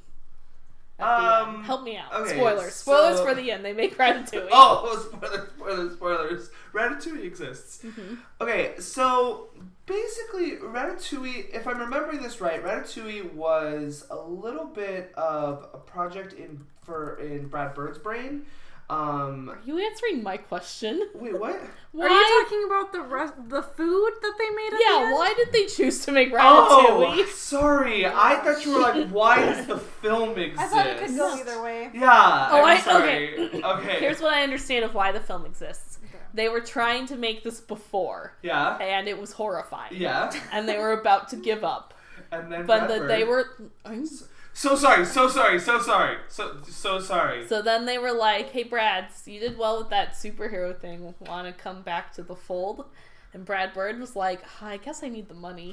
B: at the
C: Um,
B: end. Help me out.
C: okay,
B: spoilers. Spoilers
C: so-
B: for the end. They make Ratatouille.
C: Oh, spoilers, spoilers, spoilers. Ratatouille exists.
B: Mm-hmm.
C: Okay, so basically, Ratatouille, if I'm remembering this right, Ratatouille was a little bit of a project in for in Brad Bird's brain. Um,
B: Are you answering my question?
C: wait, what?
B: Why?
E: Are you talking about the rest, the food that they made? At the
B: yeah,
E: end?
B: why did they choose to make Ratatouille?
C: Oh, sorry. I thought you were like, why does the film exist?
D: I thought it could go either way.
C: Yeah.
B: Oh,
C: I'm
B: I-
C: sorry.
B: okay.
C: okay.
B: Here's what I understand of why the film exists. They were trying to make this before,
C: yeah.
B: and it was horrifying.
C: Yeah.
B: And they were about to give up,
C: And then
B: but
C: Brad
B: that they
C: Bird-
B: were. I'm s-
C: So sorry, so sorry, so sorry, so so sorry.
B: So then they were like, "Hey, Brad, you did well with that superhero thing. Want to come back to the fold?" And Brad Bird was like, "Ah, "I guess I need the money.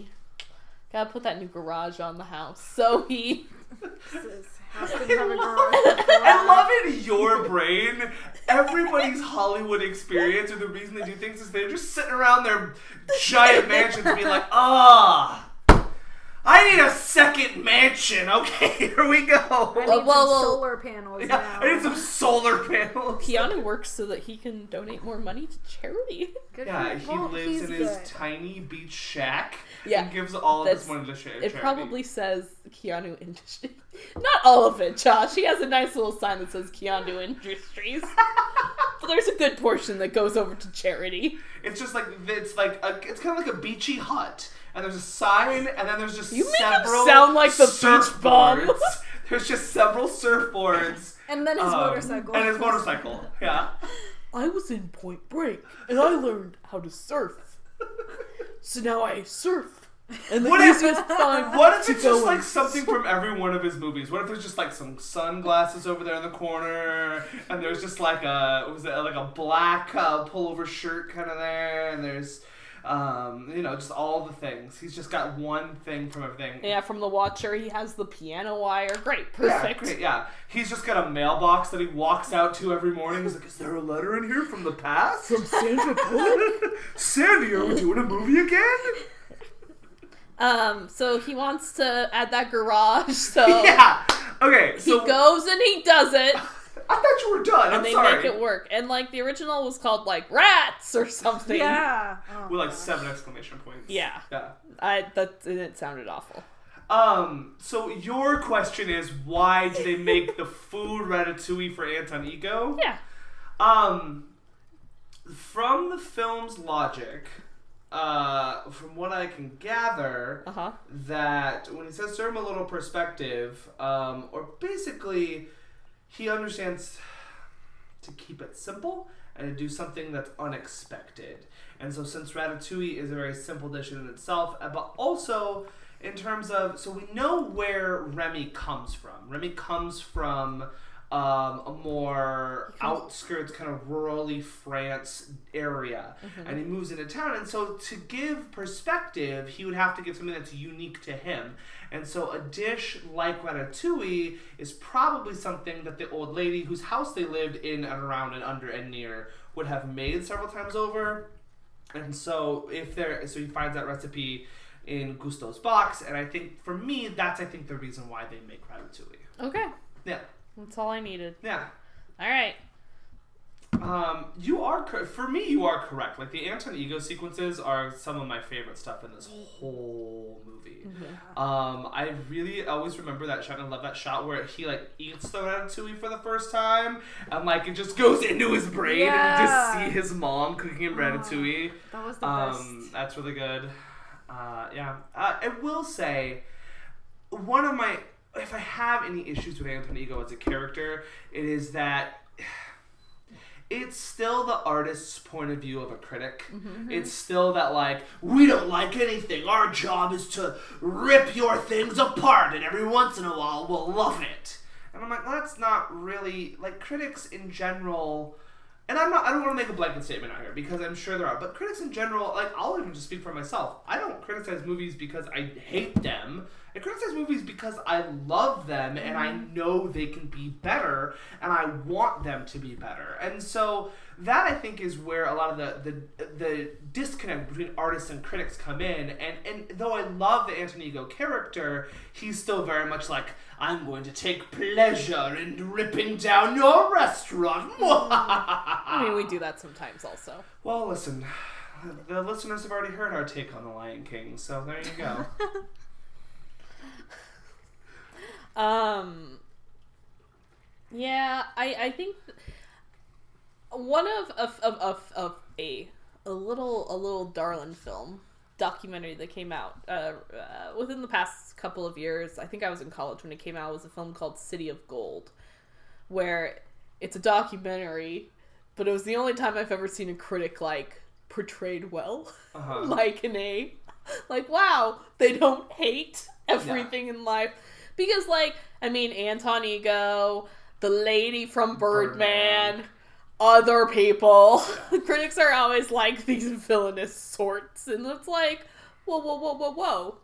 B: Gotta put that new garage on the house." So he
C: I love in your brain everybody's Hollywood experience or the reason they do things is they're just sitting around their giant mansions and being like, ah, I need a second mansion. Okay, here we
E: I
C: go.
E: need
B: Well, well,
E: some
B: well-
E: solar panels
C: Yeah,
E: now.
C: I need some solar panels.
B: Keanu works so that he can donate more money to charity.
E: Good
C: Yeah,
E: for-
C: he
E: well,
C: lives
E: he's
C: in his
E: good.
C: tiny beach shack
B: Yeah,
C: and gives all of his
B: that's-
C: money to share.
B: It probably says Keanu Industries. Not all of it, Josh. He has a nice little sign that says Keanu Industries. but there's a good portion that goes over to charity.
C: It's just like it's like a, it's kind of like a beachy hut, and there's a sign, and then there's just
B: You make him
C: several
B: sound like the beach bum.
C: surfboards. there's just several surfboards
E: And then his
C: um,
E: motorcycle.
C: and his motorcycle. Yeah,
B: I was in Point Break and I learned how to surf. So now I surf. And the
C: What if-
B: easiest time
C: what if it's
B: go
C: just like
B: and
C: something from every one of his movies? What if there's just like some sunglasses over there in the corner, and there's just like a what was it like a black uh, pullover shirt kind of there, and there's. Um, you know, just all the things. He's just got one thing from everything.
B: Yeah, from The Watcher, he has the piano wire. Great, perfect.
C: Yeah, great, yeah. He's just got a mailbox that he walks out to every morning. He's like, "Is there a letter in here from the past?"
B: From Sandra Bullock?
C: Sandy, are we doing a movie again?
B: Um, so he wants to add that garage, so
C: Yeah. Okay. So
B: Oh. he goes and he does it.
C: I thought you were done. I'm
B: and they
C: sorry.
B: make it work. And like the original was called like rats or something.
E: Yeah. Oh.
C: With like seven exclamation points.
B: Yeah.
C: Yeah.
B: I that and it sounded awful.
C: Um. So your question is, why do they make the food ratatouille for Anton Ego?
B: Yeah.
C: Um, from the film's logic, uh, from what I can gather,
B: Uh huh.
C: that when he says serve him a little perspective, um, or basically, he understands to keep it simple and to do something that's unexpected. And so, since ratatouille is a very simple dish in itself, uh, but also in terms of, so we know where Remy comes from. Remy comes from um, a more outskirts, kind of rurally France area, and he moves into town. And so, to give perspective, he would have to give something that's unique to him. And so, a dish like ratatouille is probably something that the old lady whose house they lived in and around and under and near would have made several times over. And so if there, so he finds that recipe in Gusto's box, and I think for me, that's I think the reason why they make ratatouille.
B: Okay.
C: Yeah,
B: That's all I needed.
C: yeah.
B: All right.
C: Um, you are cor- for me, you are correct. Like the Anton Ego sequences are some of my favorite stuff in this whole movie.
E: Mm-hmm.
C: Um, I really always remember that shot. and I love that shot where he like eats the ratatouille for the first time, and like it just goes into his brain, and you
E: Yeah. Ah,
C: just see his mom cooking him ratatouille.
E: That was the
C: Um, that's really good. Uh, yeah, uh, I will say one of my if I have any issues with Anton Ego as a character, it is that it's still the artist's point of view of a critic. It's still that like we don't like anything. Our job is to rip your things apart, and every once in a while we'll love it. And I'm like, well, that's not really like critics in general. And I'm not. I don't want to make a blanket statement out here because I'm sure there are. But critics in general, like I'll even just speak for myself. I don't criticize movies because I hate them. I criticize movies because I love them and I know they can be better and I want them to be better. And so that I think is where a lot of the the, the disconnect between artists and critics come in. And and though I love the Anthony Ego character, he's still very much like I'm going to take pleasure in ripping down your restaurant.
B: I mean, we
C: Ah.
B: do that sometimes also.
C: well, listen, the listeners have already heard our take on the Lion King, so there you go.
B: Um, yeah, I I think th- one of of of of, of a a little a little darling film documentary that came out uh, uh, within the past couple of years. I think I was in college when it came out. Was a film called City of Gold, where it's a documentary, but it was the only time I've ever seen a critic like portrayed well
C: Uh-huh.
B: like an A. Like, wow, they don't hate everything in life. Because, like, I mean, Anton Ego, the lady from Birdman,
C: Birdman.
B: other people. Critics are always like these villainous sorts. And it's like, whoa, whoa, whoa, whoa, whoa.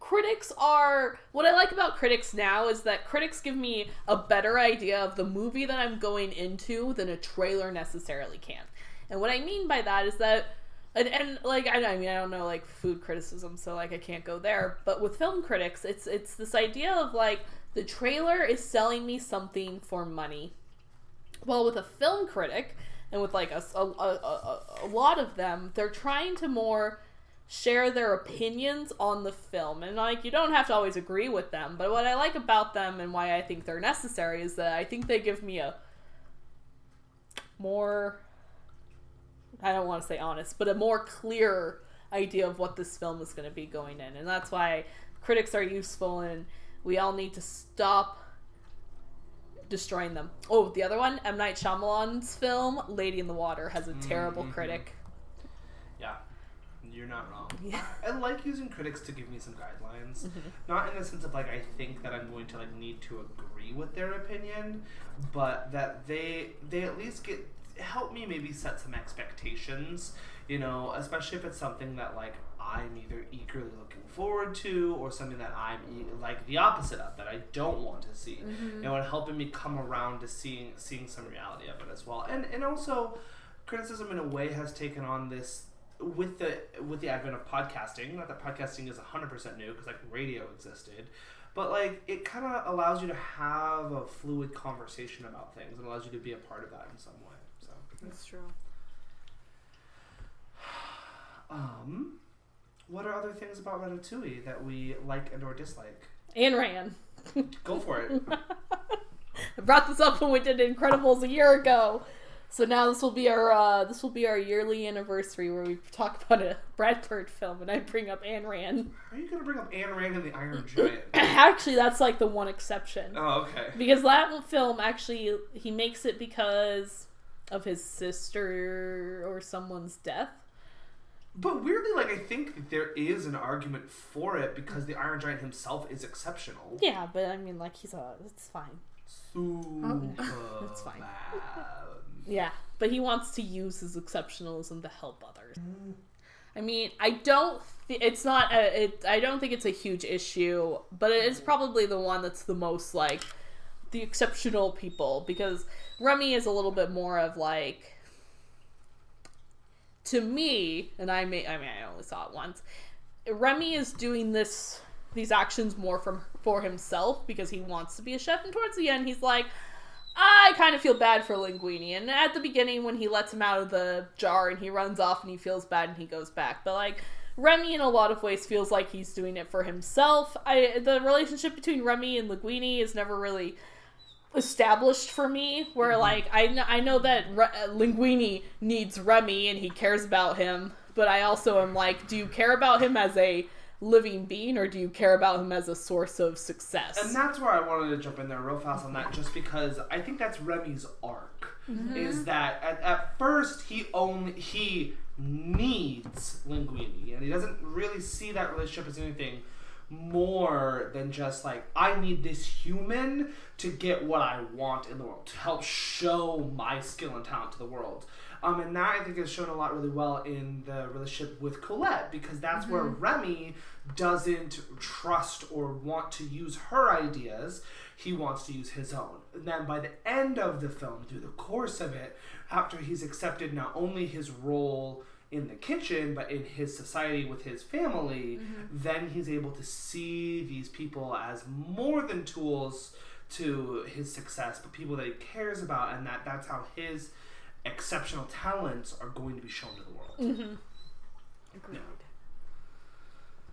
B: Critics are. What I like about critics now is that critics give me a better idea of the movie that I'm going into than a trailer necessarily can. And what I mean by that is that, and, and like I, I mean I don't know like food criticism, so like I can't go there. But with film critics, it's it's this idea of like the trailer is selling me something for money. Well, with a film critic, and with like a s- a- a- a- a lot of them, they're trying to more share their opinions on the film and like you don't have to always agree with them but what i like about them and why i think they're necessary is that i think they give me a more I don't want to say honest, but a more clear idea of what this film is going to be going in. And that's why critics are useful and we all need to stop destroying them. Oh, the other one, M. Night Shyamalan's film, Lady in the Water, has a terrible
C: Mhm.
B: critic.
C: Yeah, you're not wrong.
B: Yeah.
C: I like using critics to give me some guidelines. Not in the sense of like I think that I'm going to like need to agree with their opinion, but that they they at least get help me maybe set some expectations, you know, especially if it's something that like I'm either eagerly looking forward to or something that I'm e- like the opposite of that I don't want to see. You know, and helping me come around to seeing seeing some reality of it as well. And and also criticism in a way has taken on this with the with the advent of podcasting not that podcasting is 100% new because like radio existed but like it kind of allows you to have a fluid conversation about things and allows you to be a part of that in some way so
E: That's true.
C: um what are other things about ratatouille that we like and or dislike
B: Ayn Rand.
C: go for it
B: I brought this up when we did Incredibles a year ago. So now this will be our uh, this will be our yearly anniversary where we talk about a Brad Bird film and I bring up Ayn Rand.
C: are you gonna bring up Anne Rand and the Iron Giant
B: Actually, that's like the one exception
C: oh okay
B: because that film actually he makes it because of his sister or someone's death.
C: But weirdly, like I think that there is an argument for it because the Iron Giant himself is exceptional.
B: Yeah, but I mean, like he's a it's fine.
C: Super
B: That's fine.
C: bad.
B: Yeah, but he wants to use his exceptionalism to help others. I mean, I don't. Th- it's not. A, it. I don't think it's a huge issue, but it is probably the one that's the most like the exceptional people because Remy is a little bit more of like to me, and I may. I mean, I only saw it once. Remy is doing this these actions more from for himself because he wants to be a chef, and towards the end, he's like, I kind of feel bad for Linguini. And at the beginning, when he lets him out of the jar and he runs off and he feels bad and he goes back. But like, Remy, in a lot of ways, feels like he's doing it for himself. I, the relationship between Remy and Linguini is never really established for me, where like, I, kn- I know that Re- uh, Linguini needs Remy and he cares about him. But I also am like, do you care about him as a living being or do you care about him as a source of success?
C: And that's where I wanted to jump in there real fast on that, just because I think that's Remy's arc. Is that at, at first he only he needs Linguini, and he doesn't really see that relationship as anything more than just like I need this human to get what I want in the world to help show my skill and talent to the world. Um, and that I think is shown a lot really well in the relationship with Colette because that's where Remy doesn't trust or want to use her ideas. He wants to use his own. And then by the end of the film, through the course of it, after he's accepted not only his role in the kitchen but in his society with his family then he's able to see these people as more than tools to his success but people that he cares about and that that's how his exceptional talents are going to be shown to the world
E: Agreed.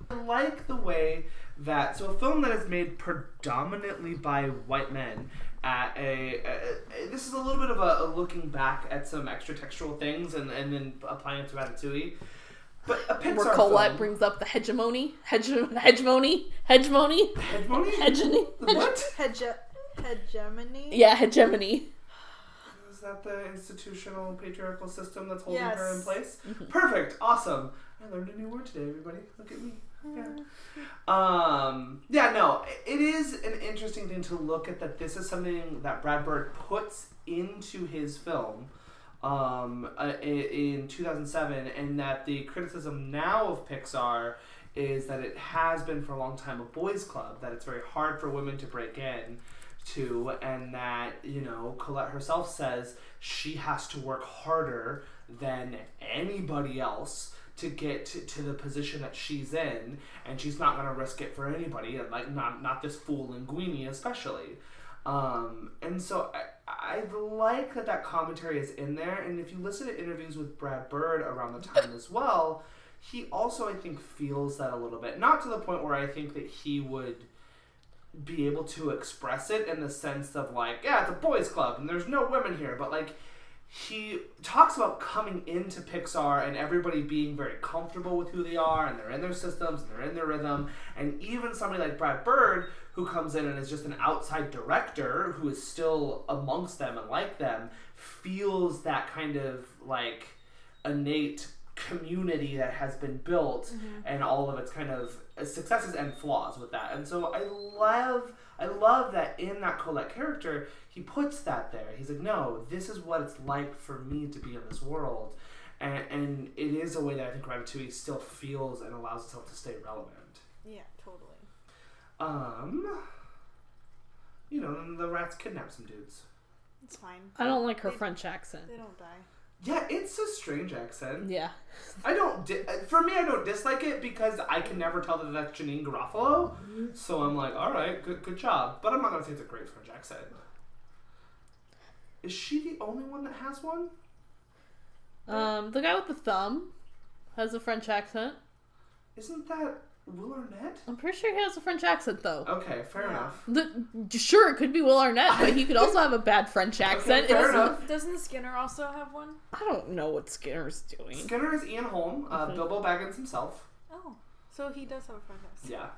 C: I like the way that so a film that is made predominantly by white men at a, a- a- this is a little bit of a, a looking back at some extra textual things and, and then applying it to Ratatouille. But a Pixar
B: Where Colette
C: film,
B: brings up the hegemony, hege- hegemony, hegemony,
C: hegemony?
B: hegemony.
C: what
D: Hege- hegemony?
B: Yeah, hegemony.
C: is that the institutional patriarchal system that's holding her in
D: Yes.
C: place? Perfect, awesome. I learned a new word today, everybody. Look at me. Yeah. Um, yeah, no, it is an interesting thing to look at that this is something that Brad Bird puts into his film um, uh, i- in 2007, and that the criticism now of Pixar is that it has been for a long time a boys' club, that it's very hard for women to break in to, and that, you know, Colette herself says she has to work harder than anybody else to get to, to the position that she's in, and she's not going to risk it for anybody, and like not not this fool Linguini especially. Um, and so I, I like that that commentary is in there, and if you listen to interviews with Brad Bird around the time as well, he also I think feels that a little bit, not to the point where I think that he would be able to express it in the sense of like, yeah, it's a boys' club and there's no women here, but like he talks about coming into Pixar and everybody being very comfortable with who they are and they're in their systems and they're in their rhythm. And even somebody like Brad Bird, who comes in and is just an outside director who is still amongst them and like them, feels that kind of like innate community that has been built and all of its kind of successes and flaws with that. And so I love I love that in that Colette character, he puts that there. He's like, no, this is what it's like for me to be in this world. And, and it is a way that I think Ratatouille still feels and allows itself to stay relevant.
D: Yeah, totally.
C: Um, you know, and the rats kidnap some dudes.
D: It's fine.
B: I don't like her French accent.
D: They don't die.
C: Yeah, it's a strange accent.
B: Yeah.
C: I don't. Di- for me, I don't dislike it because I can never tell that that's Janine Garofalo.
B: Mm-hmm.
C: So I'm like, all right, good, good job. But I'm not gonna say it's a great French accent. Is she the only one that has one?
B: Um, the guy with the thumb has a French accent.
C: Isn't that Will Arnett?
B: I'm pretty sure he has a French accent though.
C: Okay, fair enough.
B: The, sure, it could be Will Arnett, but he could also have a bad French accent.
C: fair
B: It's-
C: enough.
D: Doesn't Skinner also have one?
B: I don't know what Skinner's doing.
C: Skinner is Ian Holm, uh,
B: Mm-hmm.
C: Bilbo Baggins himself.
D: Oh, so he does have a friend. accent.
C: Yeah.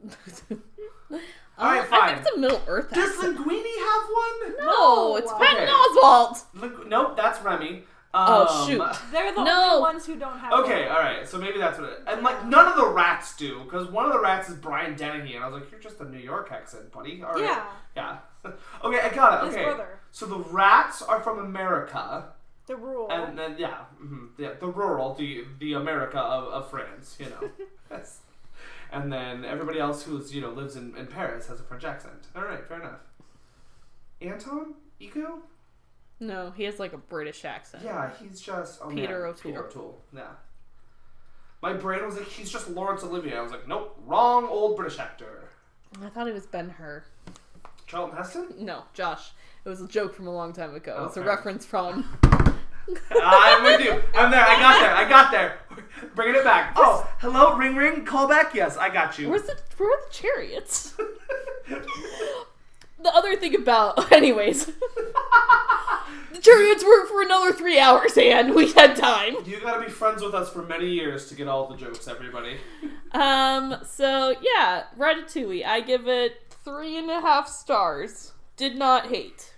B: All
C: right,
B: I
C: fine.
B: think it's a Middle Earth
C: Does
B: accent.
C: Linguini have one?
B: No, it's
D: No.
B: Patton
C: Okay.
B: Oswalt.
C: Lingu- nope, that's Remy. Um,
B: Oh, shoot.
D: They're the
B: No.
D: only ones who don't have
C: Okay, all right. So maybe that's what. It, and like none of the rats do, because one of the rats is Brian Dennehy, and I was like, "You're just a New York accent, buddy." All right.
D: Yeah.
C: Yeah. okay, I got it.
D: His
C: Okay.
D: brother.
C: So the rats are from America,
D: The rule.
C: and then yeah, hmm yeah, the rural, the the America of, of France, you know. That's- and then everybody else who's you know lives in, in Paris has a French accent. All right, fair enough. Anton Ego.
B: No, he has like a British accent.
C: Yeah, he's just oh,
B: Peter
C: man,
B: O'Toole.
C: Peter O'Toole. Yeah. My brain was like, he's just Laurence Olivier. I was like, nope, wrong old British actor.
B: I thought it was Ben Hur.
C: Charlton Heston?
B: No, Josh. It was a joke from a long time ago. It's a
C: Okay.
B: reference from.
C: I'm with you. I'm there. I got there. I got there. Bringing it back. Oh, hello, ring ring, call back. Yes, I got you.
B: Where's the Where are the chariots? the other thing about, anyways, the chariots were for another three hours, and we had time.
C: you gotta be friends with us for many years to get all the jokes, everybody.
B: Um. So yeah, Ratatouille. I give it three and a half stars. Did not hate.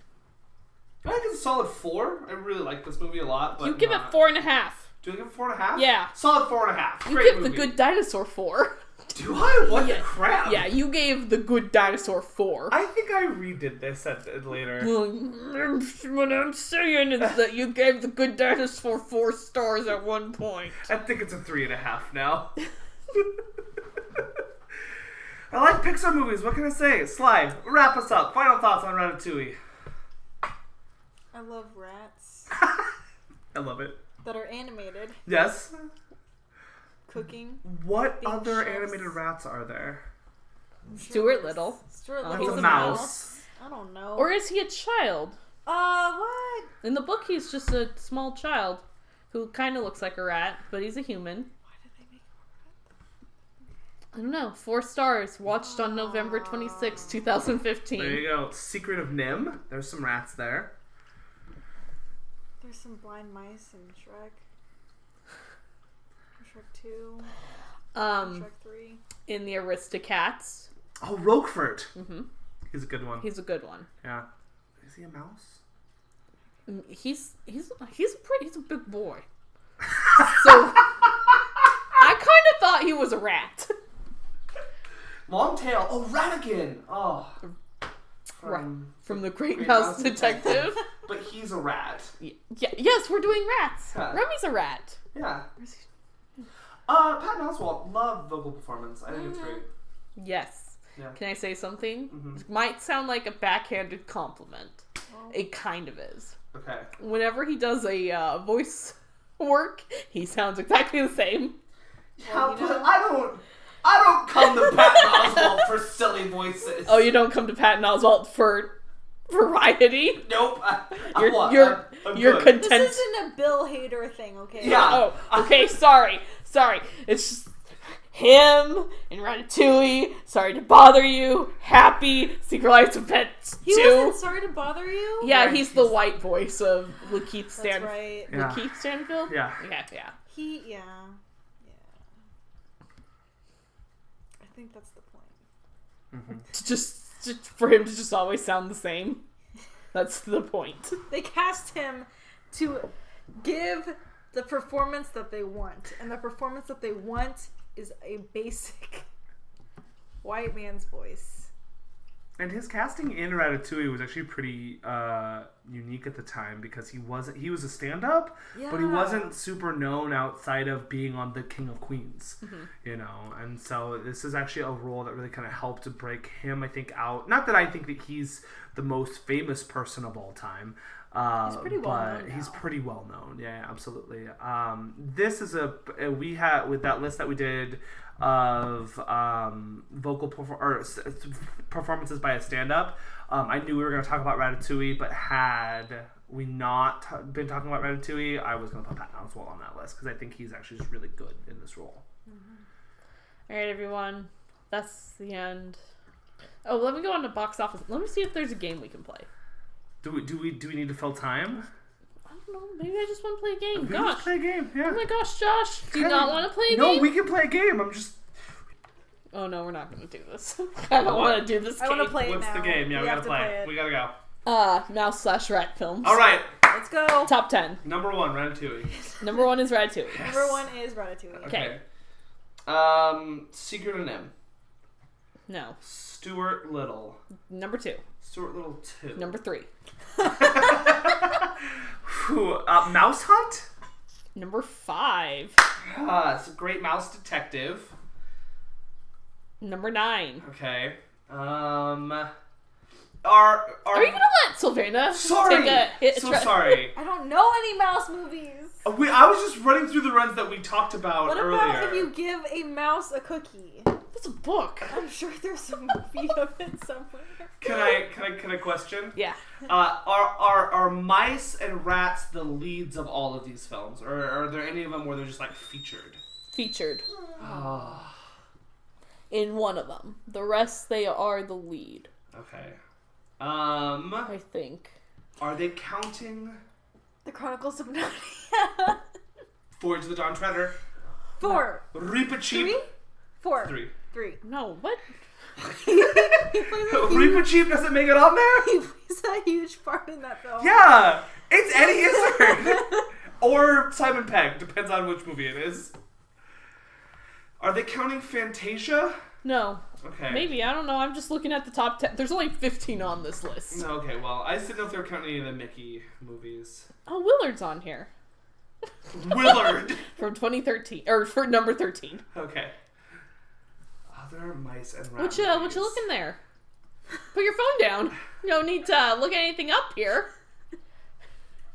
C: I think it's a solid four. I really like this movie a lot. But
B: You give
C: not-
B: it four and a half.
C: Do I give it four and a half?
B: Yeah.
C: Solid four and a half.
B: You
C: Great
B: give
C: movie.
B: the Good Dinosaur four.
C: Do I? What
B: Yeah.
C: the crap?
B: Yeah, you gave the good dinosaur four.
C: I think I redid this at the, later.
B: Well, what I'm saying is that you gave the good dinosaur four stars at one point.
C: I think it's a three and a half now. I like Pixar movies. What can I say? Sly, wrap us up. Final thoughts on Ratatouille.
D: I love rats
C: I love it.
D: that are animated.
C: Yes.
D: Cooking.
C: What
D: Big
C: other
D: chefs.
C: animated rats are there?
B: Stuart Little.
D: Stuart
B: Oh,
C: That's
D: Little's
B: he's
C: a
B: a
C: mouse.
D: I don't know.
B: Or is he a child?
D: uh, what?
B: In the book, he's just a small child who kind of looks like a rat, but he's a human.
D: Why did they make?
B: I don't know. Four stars. Watched on November twenty sixth, 2015.
C: There you go. Secret of Nim. There's some rats there.
D: There's some blind mice in Shrek. Shrek two.
C: Mm.
B: Um,
D: Shrek three.
B: in the Aristocats,
C: Oh, Roquefort.
B: Mhm.
C: Mm-hmm. He's a good one.
B: he's a good one.
C: yeah. Is he a mouse?
B: Mm, He's he's he's pretty. He's a big boy. So I kind of thought he was a rat.
C: Long tail. Oh, Ratigan. Oh. From-
B: From the Great,
C: Great
B: Mouse,
C: Mouse
B: Detective.
C: But he's a rat.
B: Y- yeah, yes, we're doing rats.
C: Huh.
B: Remy's a rat.
C: Yeah. Uh, Pat Oswalt. Love vocal performance. I think
B: Mm-hmm.
C: it's great.
B: Yes.
C: Yeah.
B: Can I say something?
C: Mhm.
B: It might sound like a backhanded compliment. It kind of is.
C: Okay.
B: Whenever he does a uh, voice work, he sounds exactly the same.
C: How, but I don't. I don't come to Pat Oswalt for silly voices.
B: Oh, you don't come to Patton Oswalt for variety.
C: Nope. I, I
B: You're
C: want-
B: you're
C: I'm- I'm
B: you're
C: good.
B: content.
D: This isn't a Bill Hader thing, okay?
C: Yeah.
B: Oh, okay. sorry, sorry. It's just him and Ratatouille. Sorry to bother you. Happy Secret Lives of Pets
D: He
B: Two.
D: wasn't sorry to bother you.
B: Yeah, he's the white voice of Lakeith
D: That's
B: Stanfield.
D: right.
C: Yeah.
B: Lakeith Stanfield.
C: Yeah.
B: yeah, yeah.
D: He yeah. Yeah. I think that's the point.
B: To just, just for him to just always sound the same. That's the point.
D: They cast him to give the performance that they want. And the performance that they want is a basic white man's voice.
C: And his casting in Ratatouille was actually pretty uh, unique at the time because he wasn't he was a stand up, but he
D: Yeah.
C: wasn't super known outside of being on the King of Queens,
D: Mm-hmm.
C: you know. And so this is actually a role that really kind of helped to break him, I think, out. Not that I think that he's the most famous person of all time. Uh, he's
D: pretty well
C: but
D: known
C: he's
D: now.
C: pretty well known. Yeah, absolutely. Um, this is a we had with that list that we did of um, vocal perfor- or s- s- performances by a stand-up. Um, I knew we were going to talk about Ratatouille, but had we not t- been talking about Ratatouille, I was going to put Patton Oswalt on that list because I think he's actually just really good in this role.
B: All right, everyone. That's the end. Oh, let me go on to box office. Let me see if there's a game we can play.
C: Do we do we do we need to fill time?
B: I don't know. Maybe I just want to play a game.
C: We can
B: Gosh.
C: just play a game. Yeah.
B: Oh my gosh, Josh, do you
C: Hey,
B: not want to play a
C: no,
B: game?
C: we can play a game. I'm just.
B: Oh no, we're not gonna do this. I don't want to do this.
D: I
B: game.
D: want to play it
C: What's
D: now.
C: the game? Yeah, we,
D: have
C: gotta
D: to
C: play.
D: play it.
C: We gotta go.
B: Uh, mouse slash rat films.
C: All right,
D: Let's go.
B: Top ten.
C: number one, Ratatouille.
B: Number one is Ratatouille.
D: Number one is Ratatouille.
B: Okay.
C: Um, Secret and M.
B: No.
C: Stuart Little.
B: Number two.
C: Stuart Little two.
B: Number three.
C: Whew, uh, Mouse Hunt.
B: Number five.
C: Yes, Ah, Great Mouse Detective.
B: Number nine.
C: Okay. Um. Are
B: Are you gonna let Sylvana
C: sorry?
B: take a hit?
C: so
B: try-
C: sorry. Uh,
D: I don't know any mouse movies.
C: We, I was just running through the runs that we talked about
D: What
C: earlier.
D: about if you give a mouse a cookie?
B: That's a book.
D: I'm sure there's a movie of it somewhere.
C: Can I can I can I question?
B: Yeah.
C: Uh, are are are mice and rats the leads of all of these films, or are there any of them where they're just like featured?
B: Featured in one of them. The rest, they are the lead.
C: okay. Um.
B: I think.
C: Are they counting
D: The Chronicles of Narnia.
C: Forge the Dawn Treader?
D: Four.
C: Reap a Cheap?
D: Three? Four.
C: Three.
D: Three.
B: No. What?
D: He plays a
C: Reap a Cheap doesn't make it on there?
D: he plays a huge part in that film.
C: Yeah! It's Eddie Izzard! or Simon Pegg, depends on which movie it is. Are they counting Fantasia?
B: No,
C: Okay.
B: maybe I don't know. I'm just looking at the top ten. There's only 15 on this list.
C: No, Okay, well, I just didn't know if they were counting any of the Mickey movies.
B: Oh, Willard's on here
C: Willard!
B: from 2013 or for number 13.
C: Okay. Other mice and
B: What
C: rats.
B: you what you looking there? Put your phone down. You don't need to look anything up here.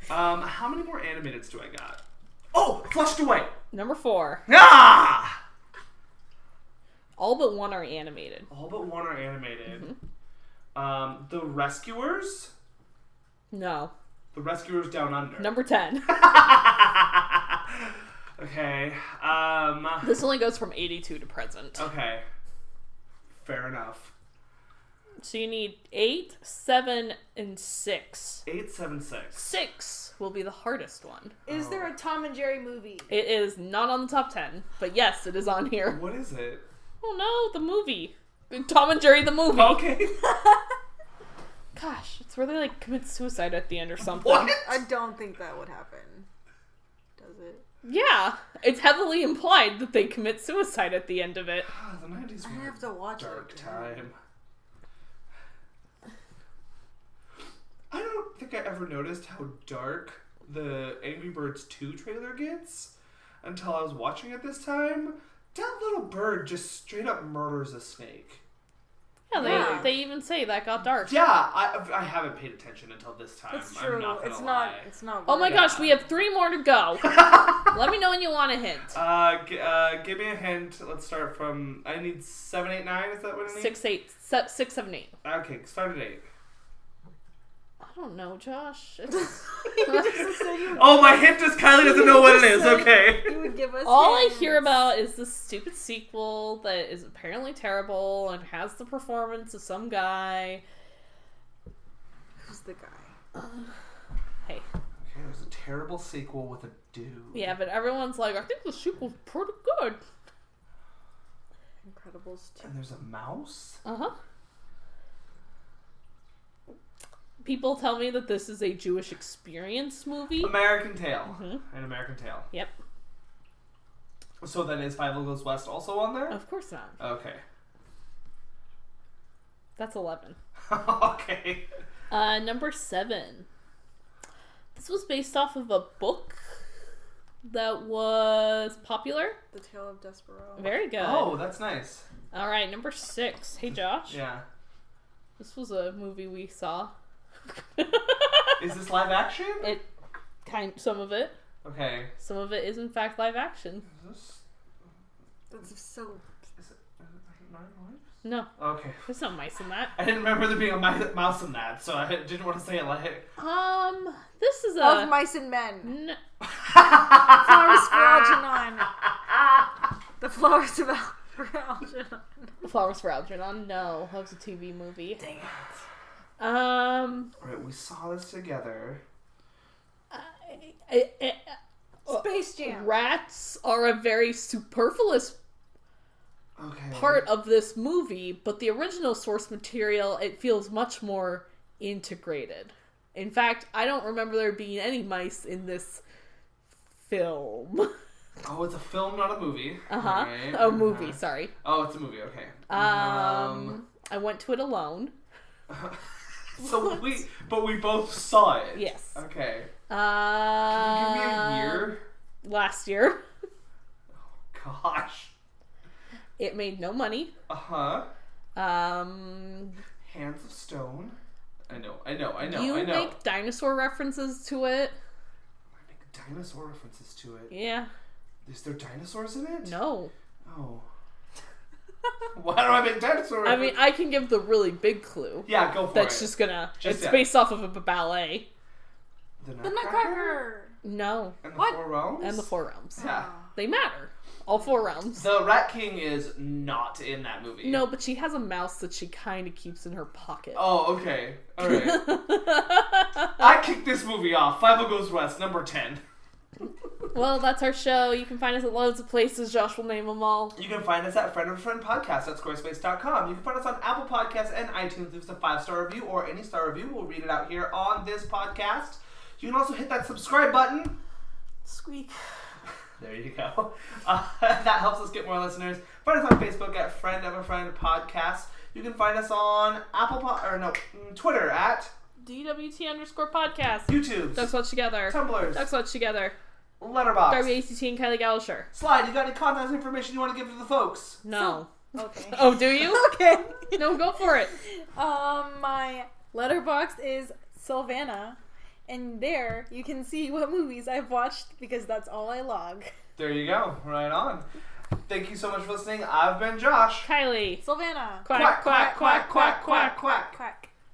C: Um, how many more animateds do I got? Oh, flushed away.
B: Number four.
C: Ah!
B: All but one are animated.
C: All but one are animated.
B: Mm-hmm.
C: Um, the rescuers.
B: No.
C: The rescuers down under.
B: Number ten.
C: okay. Um.
B: this only goes from 82 to present.
C: Okay. Fair enough.
B: So you need eight, seven, and six.
C: Eight seven six.
B: Six will be the hardest one.
D: Is there a Tom and Jerry movie?
B: It is not on the top ten, but yes, it is on here.
C: What is it?
B: Oh no, the movie. Tom and Jerry the movie.
C: Okay.
B: Gosh, it's where they like commit suicide at the end or something.
C: what?
E: I don't think that would happen.
D: Does it?
B: Yeah. It's heavily implied that they commit suicide at the end of it.
C: Ah, the nineties.
E: I have to watch
C: dark
E: it.
C: time. I don't think I ever noticed how dark the Angry Birds 2 trailer gets until I was watching it this time. That little bird just straight up murders a snake.
B: Yeah, they,
E: Yeah.
B: they even say that got dark.
C: Yeah, I, I haven't paid attention until this time.
E: It's
C: I'm
E: true.
C: not gonna
E: it's not.
C: lie.
E: It's not.
B: Oh my
E: worth it.
B: gosh, we have three more to go. Let me know when you want a hint.
C: Uh, g- uh, give me a hint. Let's start from. I need seven, eight, nine. Is that what I need?
B: Six, eight, se- six, seven, eight.
C: Okay, start at eight.
B: I don't know, Josh. It's-
C: Oh, my hint is Kylie doesn't know what it is. Okay.
E: You would give us
B: All I
E: hints.
B: hear about is this stupid sequel that is apparently terrible and has the performance of some guy.
E: Who's the guy.
B: Hey,
C: Okay, there's a terrible sequel with a dude.
B: yeah, but everyone's like, I think the sequel's pretty good.
E: Incredibles two.
C: And there's a mouse?
B: Uh huh. People tell me that this is a Jewish experience movie.
C: American Tail.
B: Mhm.
C: An American Tail.
B: Yep,
C: So then is Five Goes West also on there?
B: of course not.
C: Okay.
B: That's eleven.
C: okay.
B: Uh, number seven. This was based off of a book that was popular.
E: The Tale of Despero.
B: Very good.
C: Oh, that's nice.
B: All right, number six. Hey, Josh.
C: Yeah.
B: This was a movie we saw.
C: Is this live action?
B: it kind some of it,
C: Okay.
B: some of it is in fact live action.
C: Is this.
E: That's so.
C: Is it. Is it Nine Lives?
B: No,
C: Okay.
B: there's no mice in that.
C: I didn't remember there being a mi- mouse in that, so I didn't want to say it like.
B: Um, this is a
E: Of Mice and Men.
B: n-
E: Flowers for Algernon. The flowers of Al- for Algernon.
B: Flowers for Algernon. No, that was a TV movie. Dang it. Um,
C: Alright, we saw this together.
B: I, I, I,
E: Space Jam.
B: rats are a very superfluous
C: Okay.
B: part of this movie, but the original source material, it feels much more integrated. In fact, I don't remember there being any mice in this film.
C: Oh, it's a film, not a movie.
B: Uh huh.
C: Alright.
B: Oh, movie,
C: Uh-huh.
B: sorry.
C: Oh, it's a movie, okay.
B: Um, I went to it alone.
C: So we, but we both saw it.
B: Yes.
C: Okay.
B: Uh,
C: Give me a year.
B: Last year.
C: Gosh.
B: It made no money.
C: Uh huh.
B: Um,
C: Hands of stone. I know. I know. I know.
B: you
C: I know.
B: make dinosaur references to it.
C: I make dinosaur references to it.
B: Yeah.
C: Is there dinosaurs in it?
B: No.
C: Oh. Why do I make dinosaur?
B: I mean, I can give the really big clue.
C: yeah, go for
B: That's
C: it.
B: just gonna.
C: Just
B: it's
C: that.
B: based off of a b- ballet.
C: the
E: The
C: nutcracker,
E: Nutcracker.
B: No.
C: and the
E: What?
C: four realms.
B: And the four realms.
C: Yeah.
B: They matter. All four realms.
C: The Rat King is not in that movie.
B: No, but she has a mouse that she kind of keeps in her pocket.
C: Oh, okay. All right. I kicked this movie off. Five Goes West, number ten.
B: well, that's our show. You can find us at loads of places. Josh will name them all.
C: You can find us at friend of a friend podcast at squarespace.com. You can find us on Apple Podcasts and iTunes. Leave us a five star review or any star review. We'll read it out here on this podcast. You can also hit that subscribe button.
F: Squeak.
C: There you go. Uh, that helps us get more listeners. Find us on Facebook at Friend of a Friend Podcast. You can find us on Apple po- or no mm, Twitter at
B: DWT underscore podcast.
C: YouTube,
B: Ducks Watch Together.
C: Tumblrs,
B: Ducks Watch Together.
C: Letterbox.
B: Darby ACT and Kylie Gallisher.
C: Slide. You got any contact information you want to give to the folks?
B: No.
D: Okay.
B: Oh, do you?
D: okay.
B: no, go for it.
D: Um, my letterbox is Sylvana, and there you can see what movies I've watched because that's all I log.
C: There you go. Right on. Thank you so much for listening. I've been Josh.
B: Kylie.
D: Sylvana.
B: Quack, quack, quack, quack, quack.
C: quack.
D: Quack.